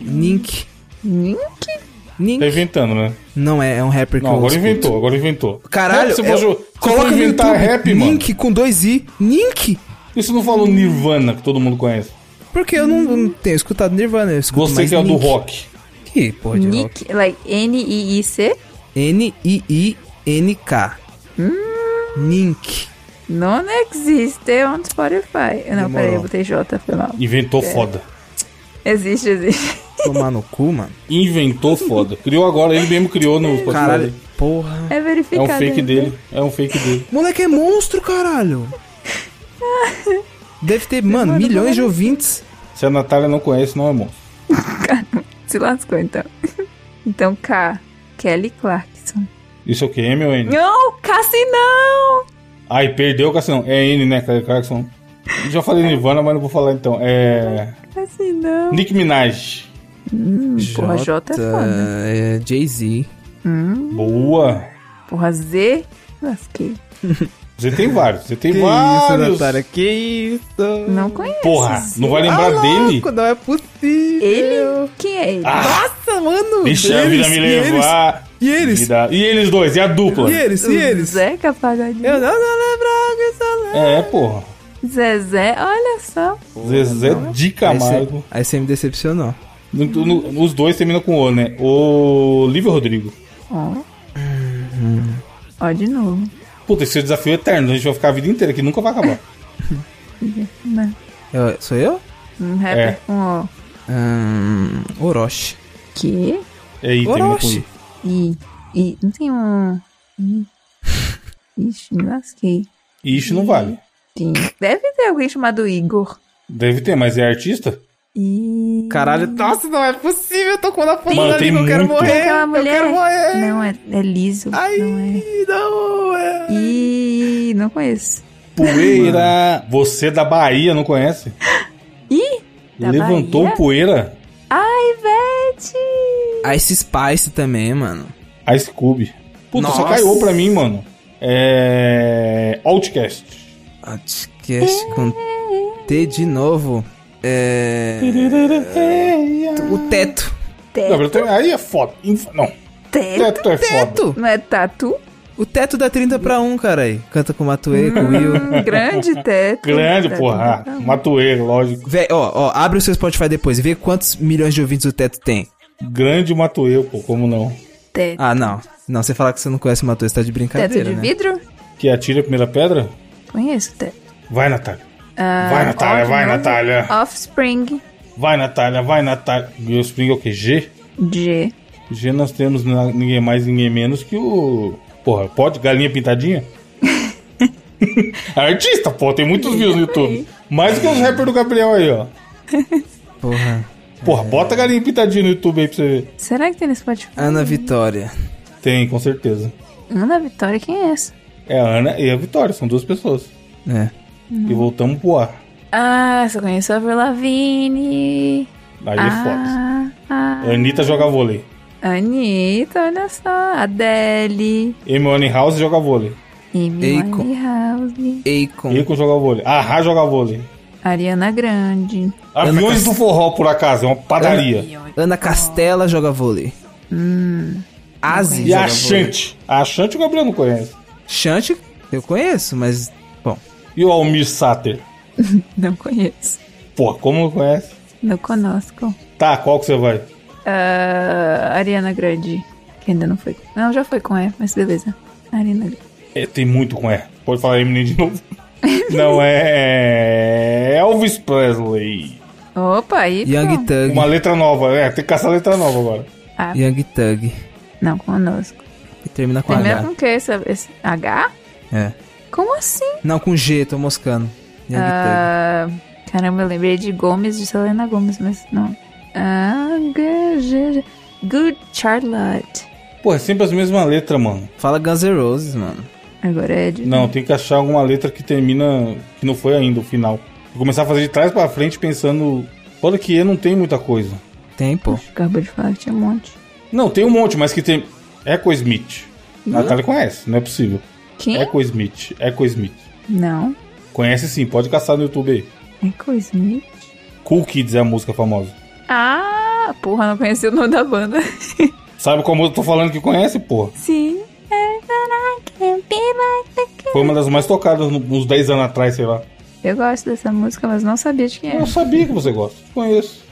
B: Nink.
C: Nink?
A: Tá
B: Nink.
A: inventando, né?
B: Não é, é um rapper que
A: Não,
B: eu
A: agora
B: escuto.
A: inventou, agora inventou.
B: Caralho,
A: Rap, você
B: é-
A: pode,
B: coloca no
A: inventar
B: YouTube,
A: rap, mano.
B: Nink com dois i. Nink?
A: Isso não falou Nirvana, que todo mundo conhece.
B: Porque eu não, não tenho escutado Nirvana, eu escuto
A: Você
B: mais
A: que é o do
B: Nink.
A: rock.
B: Que porra de rock?
C: Nick, like N-I-I-C?
B: N-I-I-N-K.
C: Hum.
B: Nink.
C: Não existe É on Spotify. Não,
B: Demorou.
C: peraí, eu botei J, foi mal.
A: Inventou
B: É.
A: foda.
C: Existe, existe.
B: Tomar no cu, mano.
A: Inventou foda. Criou agora, ele mesmo criou no Spotify.
B: Caralho. Porra.
C: É
A: É um
C: verificado.
A: fake
C: ainda.
A: dele. É um fake dele.
B: Moleque é monstro, caralho. Deve ter, mano,
C: né?
B: milhões de ouvintes.
A: Se a Natália não conhece, não é monstro.
C: Se lascou então. Então, K. Kelly Clarkson.
A: Isso é o que? M ou N?
C: Não, Cassinão!
A: Ai, perdeu o Cassinão. É N, né, Kelly Clarkson? Já falei Nirvana, mas não vou falar então. É.
C: Cassinão.
A: Nick Minaj.
C: Hum, porra, J é foda.
B: é Jay-Z.
A: Boa.
C: Porra, Z. Lasquei.
A: Você tem vários. Você tem
B: Que isso,
A: vários.
B: Natália, que isso?
C: Não conheço.
A: Porra,
C: Z.
A: não vai
B: Tá
A: lembrar dele?
B: louco, não é possível.
C: Ele? Quem é ele?
A: Ah,
B: Nossa, mano.
A: deixa a vida me
B: e eles,
A: levar.
B: E eles?
A: Vida- E eles dois, e a dupla?
B: E eles? E eles?
C: Zeca Pagodinho.
B: Eu não tô lembrando isso, não.
A: É, porra.
C: Zezé, olha só.
A: Zezé de
B: Aí você-
A: Camargo.
B: Aí você me decepcionou.
A: No- no- os dois terminam com O, né? O Lívia Rodrigo.
C: Ó. Ó, de novo.
A: Puta, esse é o desafio eterno. A gente vai ficar a vida inteira aqui, nunca vai acabar.
C: Né?
B: Eu- sou eu?
C: Um rapper
A: É.
C: com O.
B: Hum, Orochi.
C: Que?
A: É aí, termina com
B: Orochi.
A: I.
C: E. E. Não tem um. I. Ixi, me lasquei.
A: E isso não vale.
C: Tem. Deve ter alguém chamado Igor.
A: Deve ter, mas é artista?
C: I.
B: Caralho, nossa, não é possível. Eu tô com a ponta
A: Mano,
B: da
A: tem
B: língua, eu quero
A: muito.
C: Tem
B: morrer.
C: aquela
B: Eu
C: mulher.
B: quero morrer.
C: Não, é, é liso.
B: Ai,
C: Não é.
B: não, é.
C: I. Não conheço.
A: Poeira! Você da Bahia, não conhece?
C: I. Da
A: Levantou
C: Bahia?
A: poeira?
C: Ai, Vete!
A: Ah,
B: Ice Spice também, mano.
A: A Scooby. Puta, só
B: Nossa.
A: caiu pra mim, mano. É. Outcast.
B: Outcast com T de novo. É. O teto.
A: Não,
C: Teto.
A: mas tem- aí é foda. Inf- Não,
C: tá Teto.
A: teto é foda.
B: Teto!
C: Não é tatu?
B: O teto dá 30 pra 1, carai. Canta com o Matuê, com o Will.
C: Um grande teto.
A: Grande,
C: Teto, Um
A: porra.
C: teto.
A: Matoeiro, lógico.
B: Vé, ó, ó, abre o seu Spotify depois e vê quantos milhões de ouvintes o teto tem.
A: Grande Matoeiro, pô, como não?
C: Teto.
B: Ah, não. Não, você falar que você não conhece o Matuê, você tá de
C: Teto
B: brincadeira,
C: de
B: né?
C: vidro?
A: Que atira a primeira pedra?
C: Conheço teto.
A: Vai, Natália.
C: Ah,
A: Vai, Natália,
C: ó,
A: vai,
C: de novo.
A: Natália.
C: Offspring.
A: Vai, Natália, vai, Natália. Meu Spring é o quê? G?
C: G.
A: G nós temos na- ninguém mais, ninguém menos que o. Porra, pode? Galinha Pintadinha? Artista, pô, tem muitos views no YouTube. Mais do que os rappers do Gabriel aí, ó.
B: Porra.
A: Porra, bota Galinha Pintadinha no YouTube aí pra você ver.
C: Será que tem no Spotify?
B: Ana Vitória.
A: Tem, com certeza.
C: Ana Vitória, quem é essa?
A: É a Ana e a Vitória, são duas pessoas.
B: É.
A: E voltamos pro ar.
C: Ah, só conheço a Avril Lavigne.
A: Aí é foda.
C: ah, ah.
A: Anitta joga vôlei.
C: Anitta, olha só. Adele.
A: Amy Winehouse joga vôlei.
C: Amy
B: Akon.
C: House.
B: Akon.
A: Rico joga vôlei. Arra joga vôlei.
C: Ariana Grande.
A: Aviões do forró, por acaso, é uma padaria.
B: Ana Castela joga vôlei.
C: Hum.
B: Asi
A: E
B: joga
A: a Chante. A Chante o Gabriel não conhece.
B: vôlei. Chante, eu conheço, mas... Bom,
A: E o Almir Sater?
C: Não conheço.
A: Pô, como não conhece?
C: Não conosco.
A: Tá, qual que você vai?
C: Ah, Ariana Grande. Que ainda não foi. Não, já foi com E, mas beleza. Ariana Grande.
A: É, tem muito com E. Pode falar Eminem de novo. não é. Elvis Presley.
C: Opa, aí.
B: Young
C: pronto.
B: Thug.
A: Uma letra nova. É, tem que caçar letra nova agora.
C: Ah,
B: Young Thug.
C: não, conosco.
B: E termina com
C: Primeiro
B: H.
C: com que esse, esse H?
B: É.
C: Como assim?
B: Não, com G, tô moscando. Young
C: Ah, caramba, eu lembrei de Gomes, de Selena Gomes, mas não. Ah, G, G, G. Good Charlotte.
A: Pô, é sempre as mesmas letras, mano.
B: Thug. Fala Guns N' Roses, mano.
C: Agora é de.
A: Não, tem que achar alguma letra que termina. que não foi ainda o final. Vou começar a fazer de trás pra frente pensando. Olha que E não tem muita coisa.
B: Tem, pô.
C: Acabou de falar que tinha um monte.
A: Não, tem um monte, mas que tem. Echo Smith. Natália conhece, não é possível.
C: Quem?
B: É
A: Echo Smith. Echo Smith.
C: Não.
A: Conhece sim, pode caçar no YouTube aí.
C: É coisa. né?
A: Cool Kids é a música famosa.
C: Ah, porra, não conheci o nome da banda.
A: Sabe qual música eu tô falando que conhece, porra?
C: Sim. É, um
A: Foi uma das mais tocadas no- uns 10 anos atrás, sei lá.
C: Eu gosto dessa música, mas não sabia de quem é.
A: Eu
C: era.
A: sabia que você gosta. Conheço.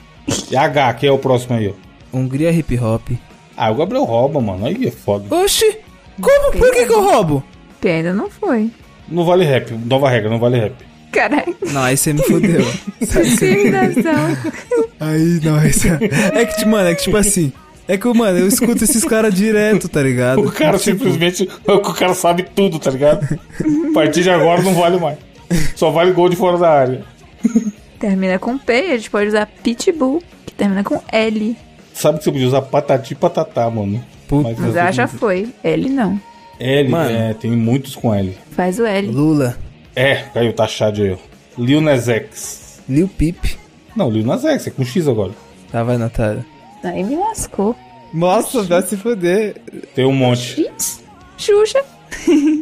A: E H, que é o próximo aí, ó.
B: Hungria hip hop.
A: Ah, o Gabriel rouba, mano. Aí é foda.
B: Oxi! Como? Por que, que eu roubo?
C: E ainda não foi.
A: Não vale rap. Nova regra, não vale rap.
C: Caraca,
B: Não, aí você me fodeu.
C: discriminação.
B: aí, não, aí você... É que, mano, é que tipo assim... É que, mano, eu escuto esses caras direto, tá ligado?
A: O cara simplesmente. O cara sabe tudo, tá ligado? A partir de agora não vale mais. Só vale gol de fora da área.
C: termina com P, a gente pode usar Pitbull, que termina com L.
A: sabe que você podia usar patati e patatá, mano.
B: Puta.
A: Mas
C: Mas ela já foi. Ele não.
A: L,
B: Mano.
A: é, tem muitos com L.
C: Faz o L.
B: Lula,
A: É, caiu, taxado de erro. Lil Nas X.
B: Lil Peep.
A: Não, Lil Nas X, é com X agora.
B: Tá, vai, Natália.
C: Aí me lascou.
B: Nossa, vai se foder.
A: Tem um monte.
C: Gente, Xuxa.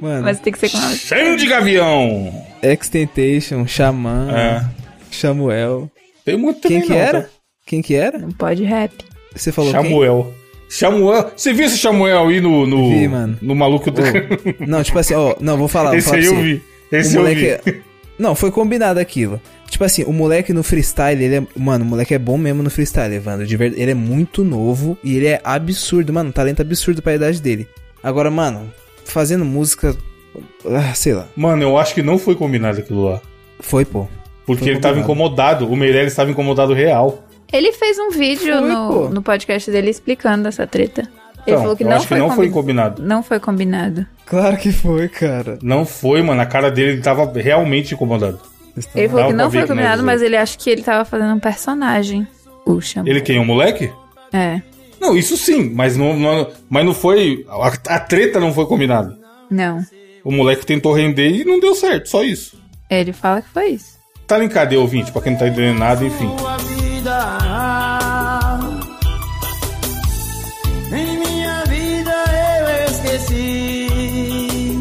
B: Mano,
C: Mas tem que ser com ela.
A: Cheio de gavião!
B: Extentation, Xamã,
A: É.
B: Samuel.
A: Tem muito
B: Quem
A: também
B: que
A: não,
B: era?
A: tá?
B: Quem que era?
C: Não pode rap.
B: Você falou
A: Samuel. Samuel. Você viu esse Samuel aí no. no
B: Vi, mano.
A: No maluco do.
B: quem? Não, tipo assim, ó, não, vou falar. vou
A: Esse
B: falar
A: aí
B: pra
A: eu
B: você.
A: vi. Esse
B: o
A: eu
B: moleque.
A: vi.
B: é- Não, foi combinado aquilo. Tipo assim, o moleque no freestyle, ele é. Mano, o moleque é bom mesmo no freestyle, Evandro. De verdade, ele é muito novo e ele é absurdo, mano. um Talento absurdo pra idade dele. Agora, mano, fazendo música. ah, sei lá.
A: Mano, eu acho que não foi combinado aquilo lá.
B: Foi, pô.
A: Porque
B: Foi
A: ele tava incomodado. O Meirelles tava incomodado real.
C: Ele fez um vídeo
B: Foi, pô.
C: no, no podcast dele explicando essa treta. Ele
A: Então,
C: falou que
A: eu
C: não,
A: acho que
C: foi
A: não foi
C: combin-
A: combinado.
C: Não foi combinado.
B: Claro que foi, cara.
A: Não foi, mano. A cara dele ele tava realmente incomodado.
C: Ele falou
A: Dá
C: que
A: pra
C: não
A: ver que não é
C: foi combinado,
A: zoeira.
C: mas ele acha que ele tava fazendo um personagem. O Xamã.
A: Ele quem? O moleque?
C: É.
A: Não, isso sim, mas não, não- mas não foi. A, a treta não foi combinada.
C: Não.
A: O moleque tentou render e não deu certo, só isso.
C: Ele fala que foi isso.
A: Tá em cadê, ouvinte? Pra quem não tá entendendo nada, enfim.
E: Sua vida. Em minha vida eu esqueci.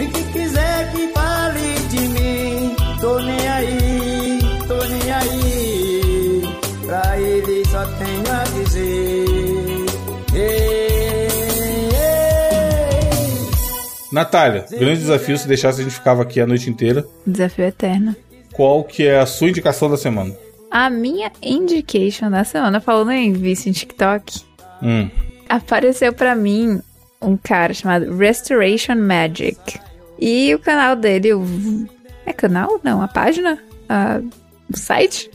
E: E que quiser que fale de mim, tô nem aí, tô nem aí. Pra ele só tenho a dizer. Ei, ei.
A: Natália, grande desafio se deixasse a gente ficava aqui a noite inteira.
C: Desafio eterno.
A: Qual que é a sua indicação da semana?
C: A minha indication da semana, falando em vício em TikTok,
A: Hum.
C: apareceu pra mim um cara chamado Restoration Magic. E o canal dele, o... é canal? Não, a página? A... O site?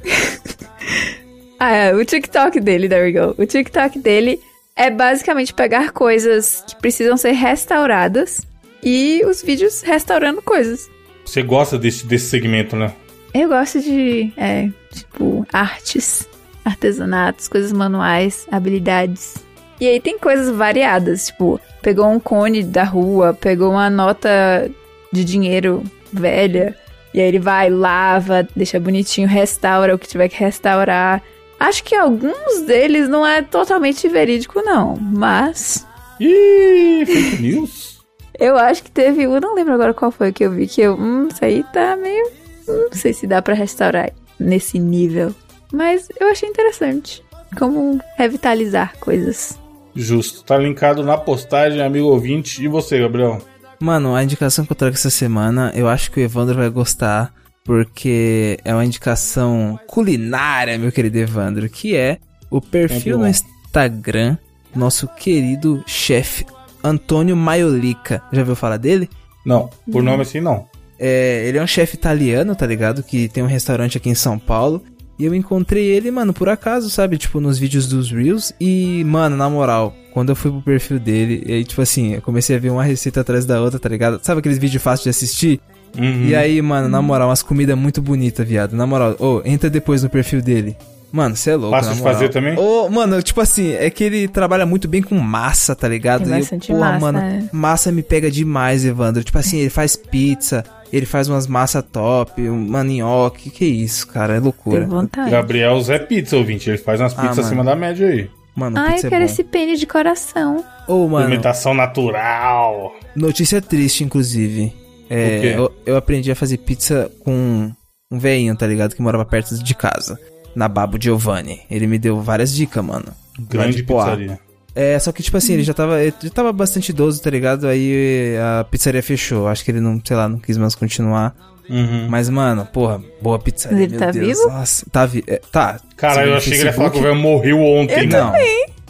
C: ah, é, o TikTok dele, there we go. O TikTok dele é basicamente pegar coisas que precisam ser restauradas e os vídeos restaurando coisas.
A: Você gosta desse, desse segmento, né?
C: Eu gosto de, é, tipo, artes, artesanatos, coisas manuais, habilidades. E aí tem coisas variadas, tipo, pegou um cone da rua, pegou uma nota de dinheiro velha, e aí ele vai, lava, deixa bonitinho, restaura o que tiver que restaurar. Acho que alguns deles não é totalmente verídico, não, mas
A: Ih, fake news?
C: eu acho que teve. Eu não lembro agora qual foi que eu vi. Que eu. Hum, isso aí tá meio. hum, Não sei se dá pra restaurar nesse nível. Mas eu achei interessante. Como revitalizar coisas.
A: Justo. Tá linkado na postagem, amigo ouvinte. E você, Gabriel?
B: Mano, a indicação que eu trago essa semana, eu acho que o Evandro vai gostar, porque é uma indicação culinária, meu querido Evandro, que é o
A: Sempre
B: perfil
A: bom.
B: no Instagram do nosso querido chefe Antônio Maiolica. Já ouviu falar dele?
A: Não, por nome assim não.
B: É, ele é um chefe italiano, tá ligado? Que tem um restaurante aqui em São Paulo. E eu encontrei ele, mano, por acaso, sabe? Tipo, nos vídeos dos Reels. E, mano, na moral, quando eu fui pro perfil dele, e aí, tipo assim, eu comecei a ver uma receita atrás da outra, tá ligado? Sabe aqueles vídeos fáceis de assistir?
A: Uhum.
B: E aí, mano, na moral, umas comidas muito bonitas, viado. Na moral, ô, entra depois no perfil dele. Mano, você é louco,
A: Fácil
B: na
A: de
B: moral.
A: fazer também?
B: Ô, mano, tipo assim, é que ele trabalha muito bem com massa, tá ligado?
C: Tem
B: E eu,
C: bastante
B: porra,
C: massa,
B: mano,
C: é.
B: massa me pega demais, Evandro. Tipo assim, ele faz pizza, ele faz umas massa top, uma nhoque, que isso, cara, é loucura.
C: Tem vontade.
A: Gabriel Zé Pizza, ouvinte. Ele faz umas
B: Ah,
A: pizzas
B: mano.
A: acima da média aí.
B: Mano,
C: Ai,
B: pizza
C: Ah, eu
B: é
C: quero
B: bom.
C: esse pênis de coração.
B: Ô, mano,
A: Alimentação natural.
B: notícia triste, inclusive.
A: O quê?
B: É, eu, eu aprendi a fazer pizza com um veinho, tá ligado? Que morava perto de casa. Na Babo Giovanni. Ele me deu várias dicas, mano. tipo,
A: Grande
B: de Poá.
A: pizzaria.
B: É, só que, tipo assim, ele já tava. Ele já tava bastante idoso, tá ligado? Aí a pizzaria fechou. Acho que ele não, sei lá, não quis mais continuar.
A: Uhum.
B: Mas, mano, porra, boa pizzaria.
C: Mas ele
B: meu
C: tá
B: Deus,
C: vivo?
B: Nossa, tá vivo. tá.
A: Caralho, eu
B: Segundo
A: achei que ele ia falar que
B: Facebook.
A: o velho morreu ontem. né?
B: Não,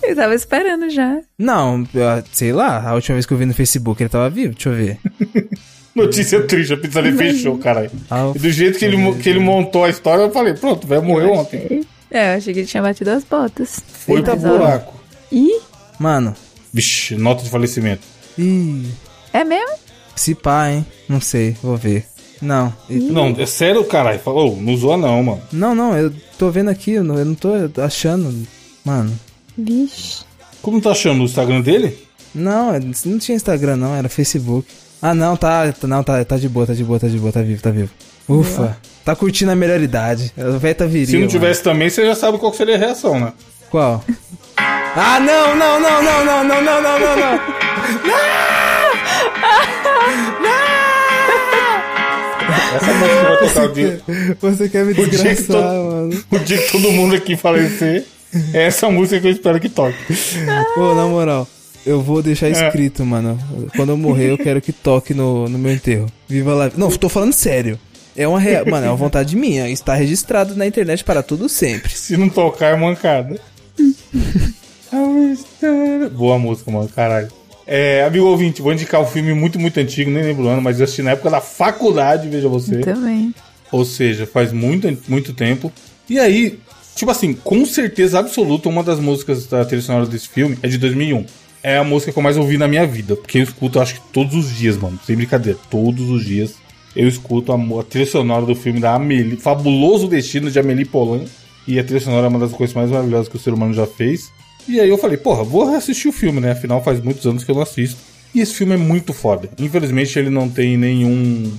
C: Eu tava esperando já.
B: não, eu- sei lá, a última vez que eu vi no Facebook ele tava vivo, deixa eu ver.
A: Notícia triste, a pizzaria fechou, caralho.
B: Ah, é.
A: E do jeito que ele, mo- que ele montou a história, eu falei, pronto, o velho morreu ontem.
C: É, eu achei que ele tinha batido as botas.
A: Foi
C: Eita,
A: pro
C: porra.
A: buraco.
C: Ih,
B: Mano,
A: Vixe, nota de falecimento.
B: ih,
C: é mesmo?
B: se pá, hein? Não sei, vou ver. Não. E-
A: Não, é sério, caralho. Falou, não zoa não, mano.
B: Não, não, eu tô vendo aqui, eu não, eu não tô achando. Mano.
C: Vixe.
A: Como tá achando o Instagram dele?
B: Não, é, não tinha Instagram não, era Facebook. Ah não, tá, tá- não, tá, tá de boa, tá de boa, tá de boa, tá vivo, tá vivo. Ufa, tá curtindo a melhor idade. O velho tá viril.
A: Se não
B: mano.
A: tivesse também, você já sabe qual que seria a reação, né?
B: Qual? Ah, não, não, não, não, não, não, não, não, não, não.
A: Essa é a música que vai tocar o dia,
B: Você quer me
A: dia que
B: desgraçar,
A: todo-
B: mano.
A: o dia que todo mundo aqui falecer. É essa música que eu espero que toque.
B: Pô, na moral, eu vou
A: É.
B: deixar escrito, mano. Quando eu morrer, eu quero que toque no, no meu enterro. Viva lá. Não, tô falando sério. É uma real. Mano, é uma vontade minha. Está registrado na internet para tudo sempre.
A: Se não tocar, é mancada. Boa música, mano, caralho. É, amigo ouvinte, vou indicar um filme muito, muito antigo, nem lembro o ano, mas eu assisti na época da faculdade, veja você.
C: Também.
A: Ou seja, faz muito, muito tempo. E aí, tipo assim, com certeza absoluta, uma das músicas da trilha sonora desse filme é de 2001. É a música que eu mais ouvi na minha vida, porque eu escuto, acho que todos os dias, mano, sem brincadeira, todos os dias eu escuto a, mo- a trilha sonora do filme da Amélie, Fabuloso Destino de Amélie Polan. E a trilha sonora é uma das coisas mais maravilhosas que o ser humano já fez. E aí eu falei, porra, vou assistir o filme, né? Afinal, faz muitos anos que eu não assisto. E esse filme é muito foda. Infelizmente, ele não tem nenhum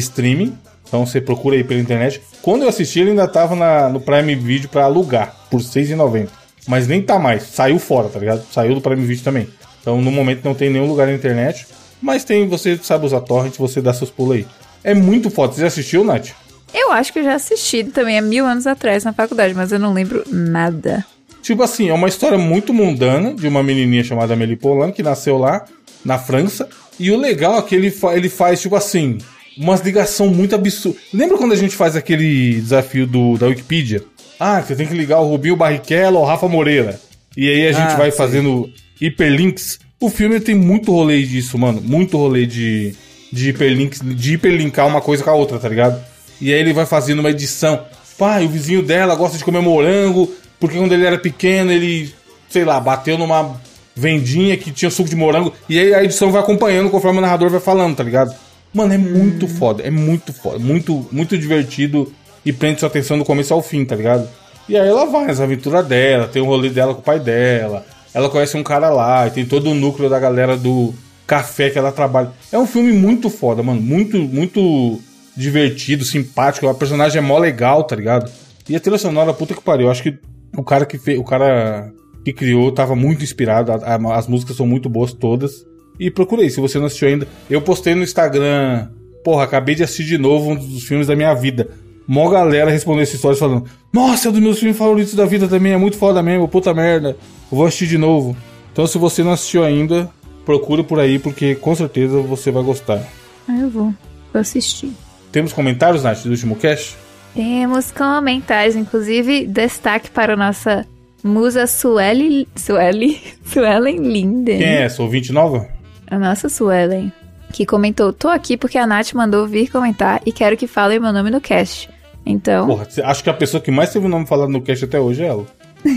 A: streaming. Então você procura aí pela internet. Quando eu assisti, ele ainda tava na- no Prime Video pra alugar, por R$ 6,90. Mas nem tá mais. Saiu fora, tá ligado? Saiu do Prime Video também. Então no momento não tem nenhum lugar na internet. Mas tem, você sabe usar torrent, você dá seus pulos aí. É muito foda. Você já assistiu, Nath?
C: Eu acho que eu já assisti também há mil anos atrás na faculdade, mas eu não lembro nada.
A: Tipo assim, é uma história muito mundana de uma menininha chamada Amélie Polan que nasceu lá na França. E o legal é que ele, fa- ele faz, tipo assim, umas ligação muito absurda. Lembra quando a gente faz aquele desafio do, da Wikipedia? Ah, você tem que ligar o Rubinho Barrichello ou o Rafa Moreira. E aí a gente
B: Ah,
A: vai
B: sim.
A: fazendo hiperlinks. O filme tem muito rolê disso, mano. Muito rolê de, de hiperlinks, de hiperlinkar uma coisa com a outra, tá ligado? E aí ele vai fazendo uma edição. Pai, o vizinho dela gosta de comer morango, porque quando ele era pequeno, ele, sei lá, bateu numa vendinha que tinha suco de morango. E aí a edição vai acompanhando conforme o narrador vai falando, tá ligado? Mano, é muito foda, é muito foda, muito, muito divertido e prende sua atenção do começo ao fim, tá ligado? E aí ela vai nas aventuras dela, tem o rolê dela com o pai dela, ela conhece um cara lá, e tem todo o núcleo da galera do café que ela trabalha. É um filme muito foda, mano, muito, muito divertido, simpático, a personagem é mó legal, tá ligado? E a trilha sonora, puta que pariu, eu acho que o cara que fez, o cara que criou tava muito inspirado, a- a- as músicas são muito boas todas. E procura aí, se você não assistiu ainda. Eu postei no Instagram, porra, acabei de assistir de novo um dos filmes da minha vida. Mó galera respondeu essa história falando: Nossa, é um dos meus filmes favoritos da vida também, é muito foda mesmo, puta merda, eu vou assistir de novo. Então, se você não assistiu ainda, procura por aí, porque com certeza você vai gostar.
C: Ah, eu vou. Vou assistir.
A: Temos comentários, Nath, do último cast?
C: Temos comentários, inclusive destaque para a nossa musa Sueli. Sueli? Suelen Linden.
A: Quem é essa? Ouvinte nova?
C: A nossa Suelen. Que comentou: Tô aqui porque a Nath mandou vir comentar e quero que falem meu nome no cast. Então,
A: Porra, cê- acho que a pessoa que mais teve o nome falado no cast até hoje é ela. A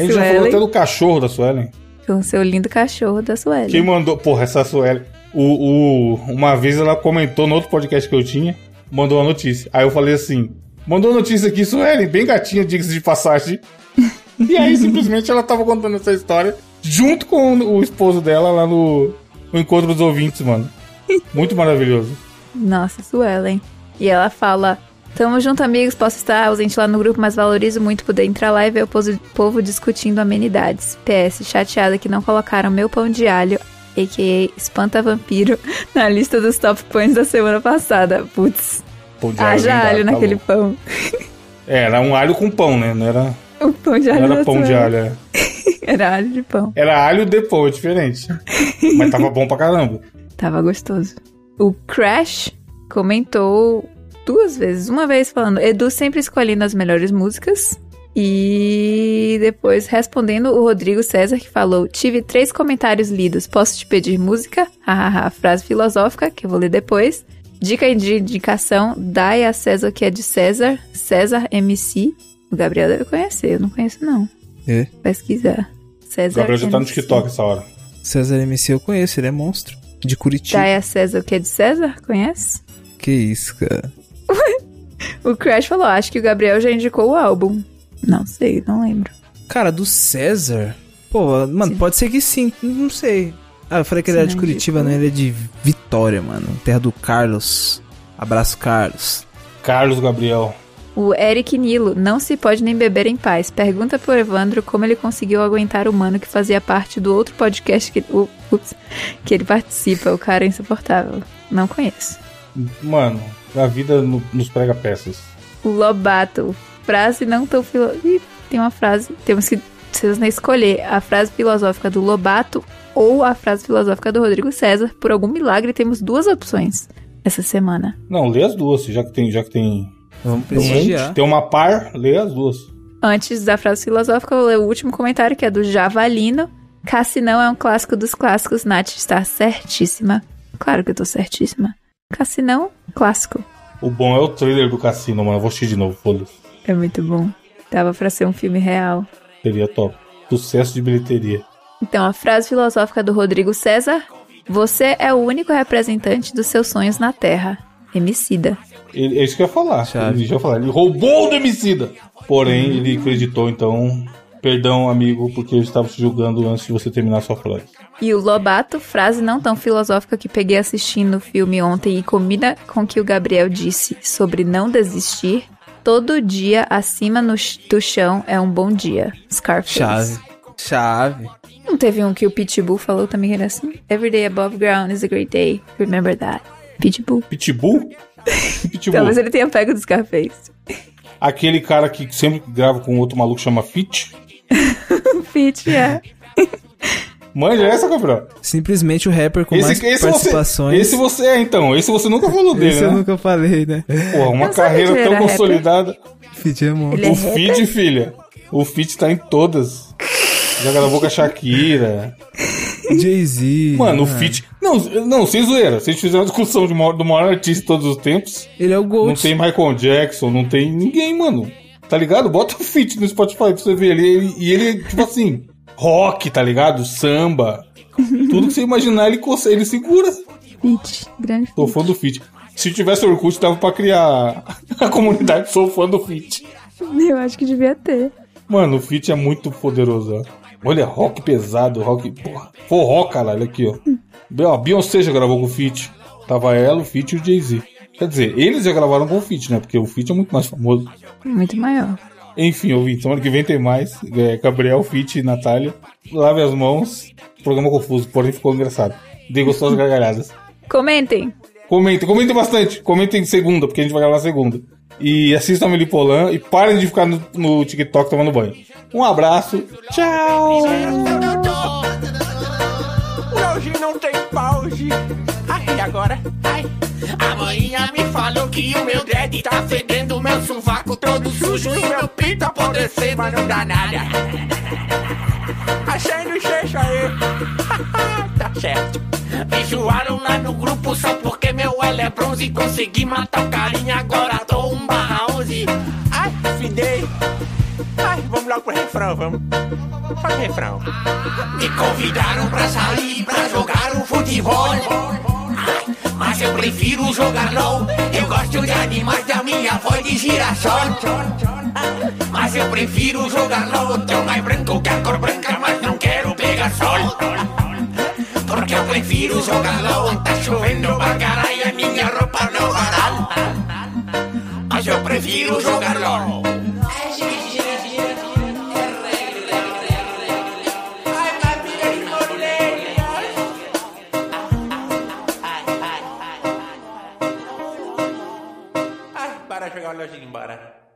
A: gente já falou
C: Suelen.
A: até do cachorro da Suelen.
C: com seu lindo cachorro da Suelen.
A: Quem mandou. Porra, essa Sueli. O, o- uma vez ela comentou no outro podcast que eu tinha, mandou uma notícia. Aí eu falei assim: mandou notícia aqui, Sueli, bem gatinha, diga-se de passagem. e aí simplesmente ela tava contando essa história junto com o esposo dela lá no, no encontro dos ouvintes, mano. Muito maravilhoso.
C: Nossa, Suelen. E ela fala: Tamo junto, amigos. Posso estar ausente lá no grupo, mas valorizo muito poder entrar lá e ver o povo, povo discutindo amenidades. PS, chateada que não colocaram meu pão de alho, a.k.a. Espanta Vampiro, na lista dos top pães da semana passada. Putz,
A: Pão de
C: haja
A: vendado,
C: Ah, alho
A: tá
C: naquele
A: louco.
C: pão.
A: É, era um alho com pão, né? Não era,
C: O pão de alho
A: não
C: da
A: era pão de
C: Suelen.
A: alho. é.
C: Era alho de pão.
A: Era alho de pão, é diferente. Mas tava bom pra caramba.
C: Tava gostoso. O Crash comentou duas vezes. Uma vez falando, Edu sempre escolhendo as melhores músicas. E depois respondendo o Rodrigo César, que falou: Tive três comentários lidos. Posso te pedir música? Hahaha, frase filosófica, que eu vou ler depois. Dica de indicação: dai a César o que é de César. César MC. O Gabriel deve conhecer, eu não conheço, não.
B: É.
C: Pesquisar.
A: O
C: César.
A: Gabriel já tá no
C: MC.
A: TikTok essa hora.
C: Tá.
B: César MC eu conheço, ele é monstro. De Curitiba.
C: Dai a César o que é de César? Conhece?
B: Que isso, cara.
C: O Crash falou, "Ah, acho que o Gabriel já indicou o álbum. Não sei, não lembro.
B: Cara, do César? Pô, mano,
C: Sim.
B: pode ser que sim, não sei. Ah, eu falei que ele
C: Sim,
B: era de
C: né,
B: Curitiba,
C: tipo-
B: não, ele é de Vitória, mano. Terra do Carlos. Abraço, Carlos.
A: Carlos Gabriel.
C: O Eric Nilo, não se pode nem beber em paz. Pergunta pro Evandro como ele conseguiu aguentar o mano que fazia parte do outro podcast que, u- ups, que ele participa, o cara é insuportável. Não conheço.
A: Mano, a vida no- nos prega peças.
C: O Lobato, frase não tão filo... Ih, tem uma frase, temos que precisamos escolher a frase filosófica do Lobato ou a frase filosófica do Rodrigo César. Por algum milagre temos duas opções essa semana.
A: Não, lê as duas, já que tem, já que tem.
B: Vamos
A: Tem,
B: prestigiar.
A: tem uma par, lê as duas.
C: Antes da frase filosófica, eu vou ler o último comentário, que é do Javalino. Cassinão é um clássico dos clássicos, Nath está certíssima. Claro que eu tô certíssima. Cassinão, clássico.
A: O bom é o trailer do cassino, mano. Eu vou assistir de novo, foda-se.
C: É muito bom. Dava pra ser um filme real.
A: Seria top. Sucesso de bilheteria.
C: Então, a frase filosófica do Rodrigo César. Você é o único representante dos seus sonhos na Terra. Emicida.
A: Ele, é isso que eu ia falar.
B: Chave.
A: Ele, deixa eu falar. Ele roubou o demicida. Porém, ele acreditou, então. Perdão, amigo, porque eu estava te julgando antes de você terminar a sua frase.
C: E o Lobato, frase não tão filosófica que peguei assistindo o filme ontem e combina com o que o Gabriel disse sobre não desistir. Todo dia acima no ch- do chão é um bom dia. Scarface.
B: Chave. Chave.
C: Não teve um que o Pitbull falou também que era assim? Every day above ground is a great day. Remember that. Pitbull.
A: Pitbull? Pitbull.
C: Talvez ele tenha pego do Scarface.
A: Aquele cara que sempre grava com outro maluco chama Fit.
C: Pit, é.
A: Manja é essa, Gabriel.
B: Simplesmente o rapper com mais
A: você,
B: participações.
A: esse você é, então. Esse você nunca falou dele,
B: Esse eu
A: né?
B: nunca falei, né?
A: Porra, uma
C: Eu sabia
A: carreira
C: que ele
A: tão
C: era rapper.
A: consolidada.
B: Fit é monstro.
C: Ele é
A: o
C: rapper?
A: Fit, filha. O Fit tá em todas. Já gravou com a Shakira.
B: Jay-Z.
A: Mano, o
B: né?
A: Fit. Não, não, sem zoeira. Vocês fizeram a discussão de maior, do maior artista de todos os tempos.
B: Ele é o
A: Não
B: Gold.
A: tem Michael Jackson, não tem ninguém, mano. Tá ligado? Bota o Fit no Spotify pra você ver. Ele, ele- e ele, tipo assim, rock, tá ligado? Samba. Tudo que você imaginar, ele, conse- ele segura.
C: Pit. Grande.
A: Sou fã do Fit. Se tivesse Orkut, dava pra criar a comunidade Sou fã do Fit.
C: Eu acho que devia ter.
A: Mano, o Fit é muito poderoso. ó. Olha, rock pesado, rock. Porra, forró, caralho, aqui, ó. Be- ó, Beyoncé já gravou com o Fit. Tava ela, o Fit e o Jay-Z. Quer dizer, eles já gravaram com o Fit, né? Porque o Fit é muito mais famoso.
C: Muito maior.
A: Enfim, ouvinte, semana que vem tem mais. É, Gabriel, Fit e Natália. Lave as mãos. Programa confuso, porém ficou engraçado. Dei gostosas gargalhadas.
C: Comentem.
A: Comentem, comentem bastante. Comentem segunda, porque a gente vai gravar segunda. E assistam a Melipolan e parem de ficar no, no TikTok tomando banho. Um abraço. Tchau!
F: Hoje não tem pause. Aqui agora, ai. Amanhã me falou que o meu dread tá fedendo, meu sovaco todo sujo e meu pinto apodrecendo, mas não dá nada. Achei no cheixo aí. tá certo. Me zoaram lá no grupo só porque meu L é bronze. Consegui matar o carinha, agora tô um barra 11. Ai, fidei. Ai, vamos logo pro refrão, vamos. Faz o refrão. Me convidaram pra sair pra jogar um futebol. Ai, Mas eu prefiro jogar LOL. Eu gosto de animais da minha voz de girassol. Mas eu prefiro jogar LOL. Tão mais branco que a cor branca, mas não quero pegar sol. Porque eu prefiro jogar LOL. Tá chovendo pra caralho, a minha roupa não varal. Mas eu prefiro jogar LOL. Para jogar o Lojinha embora.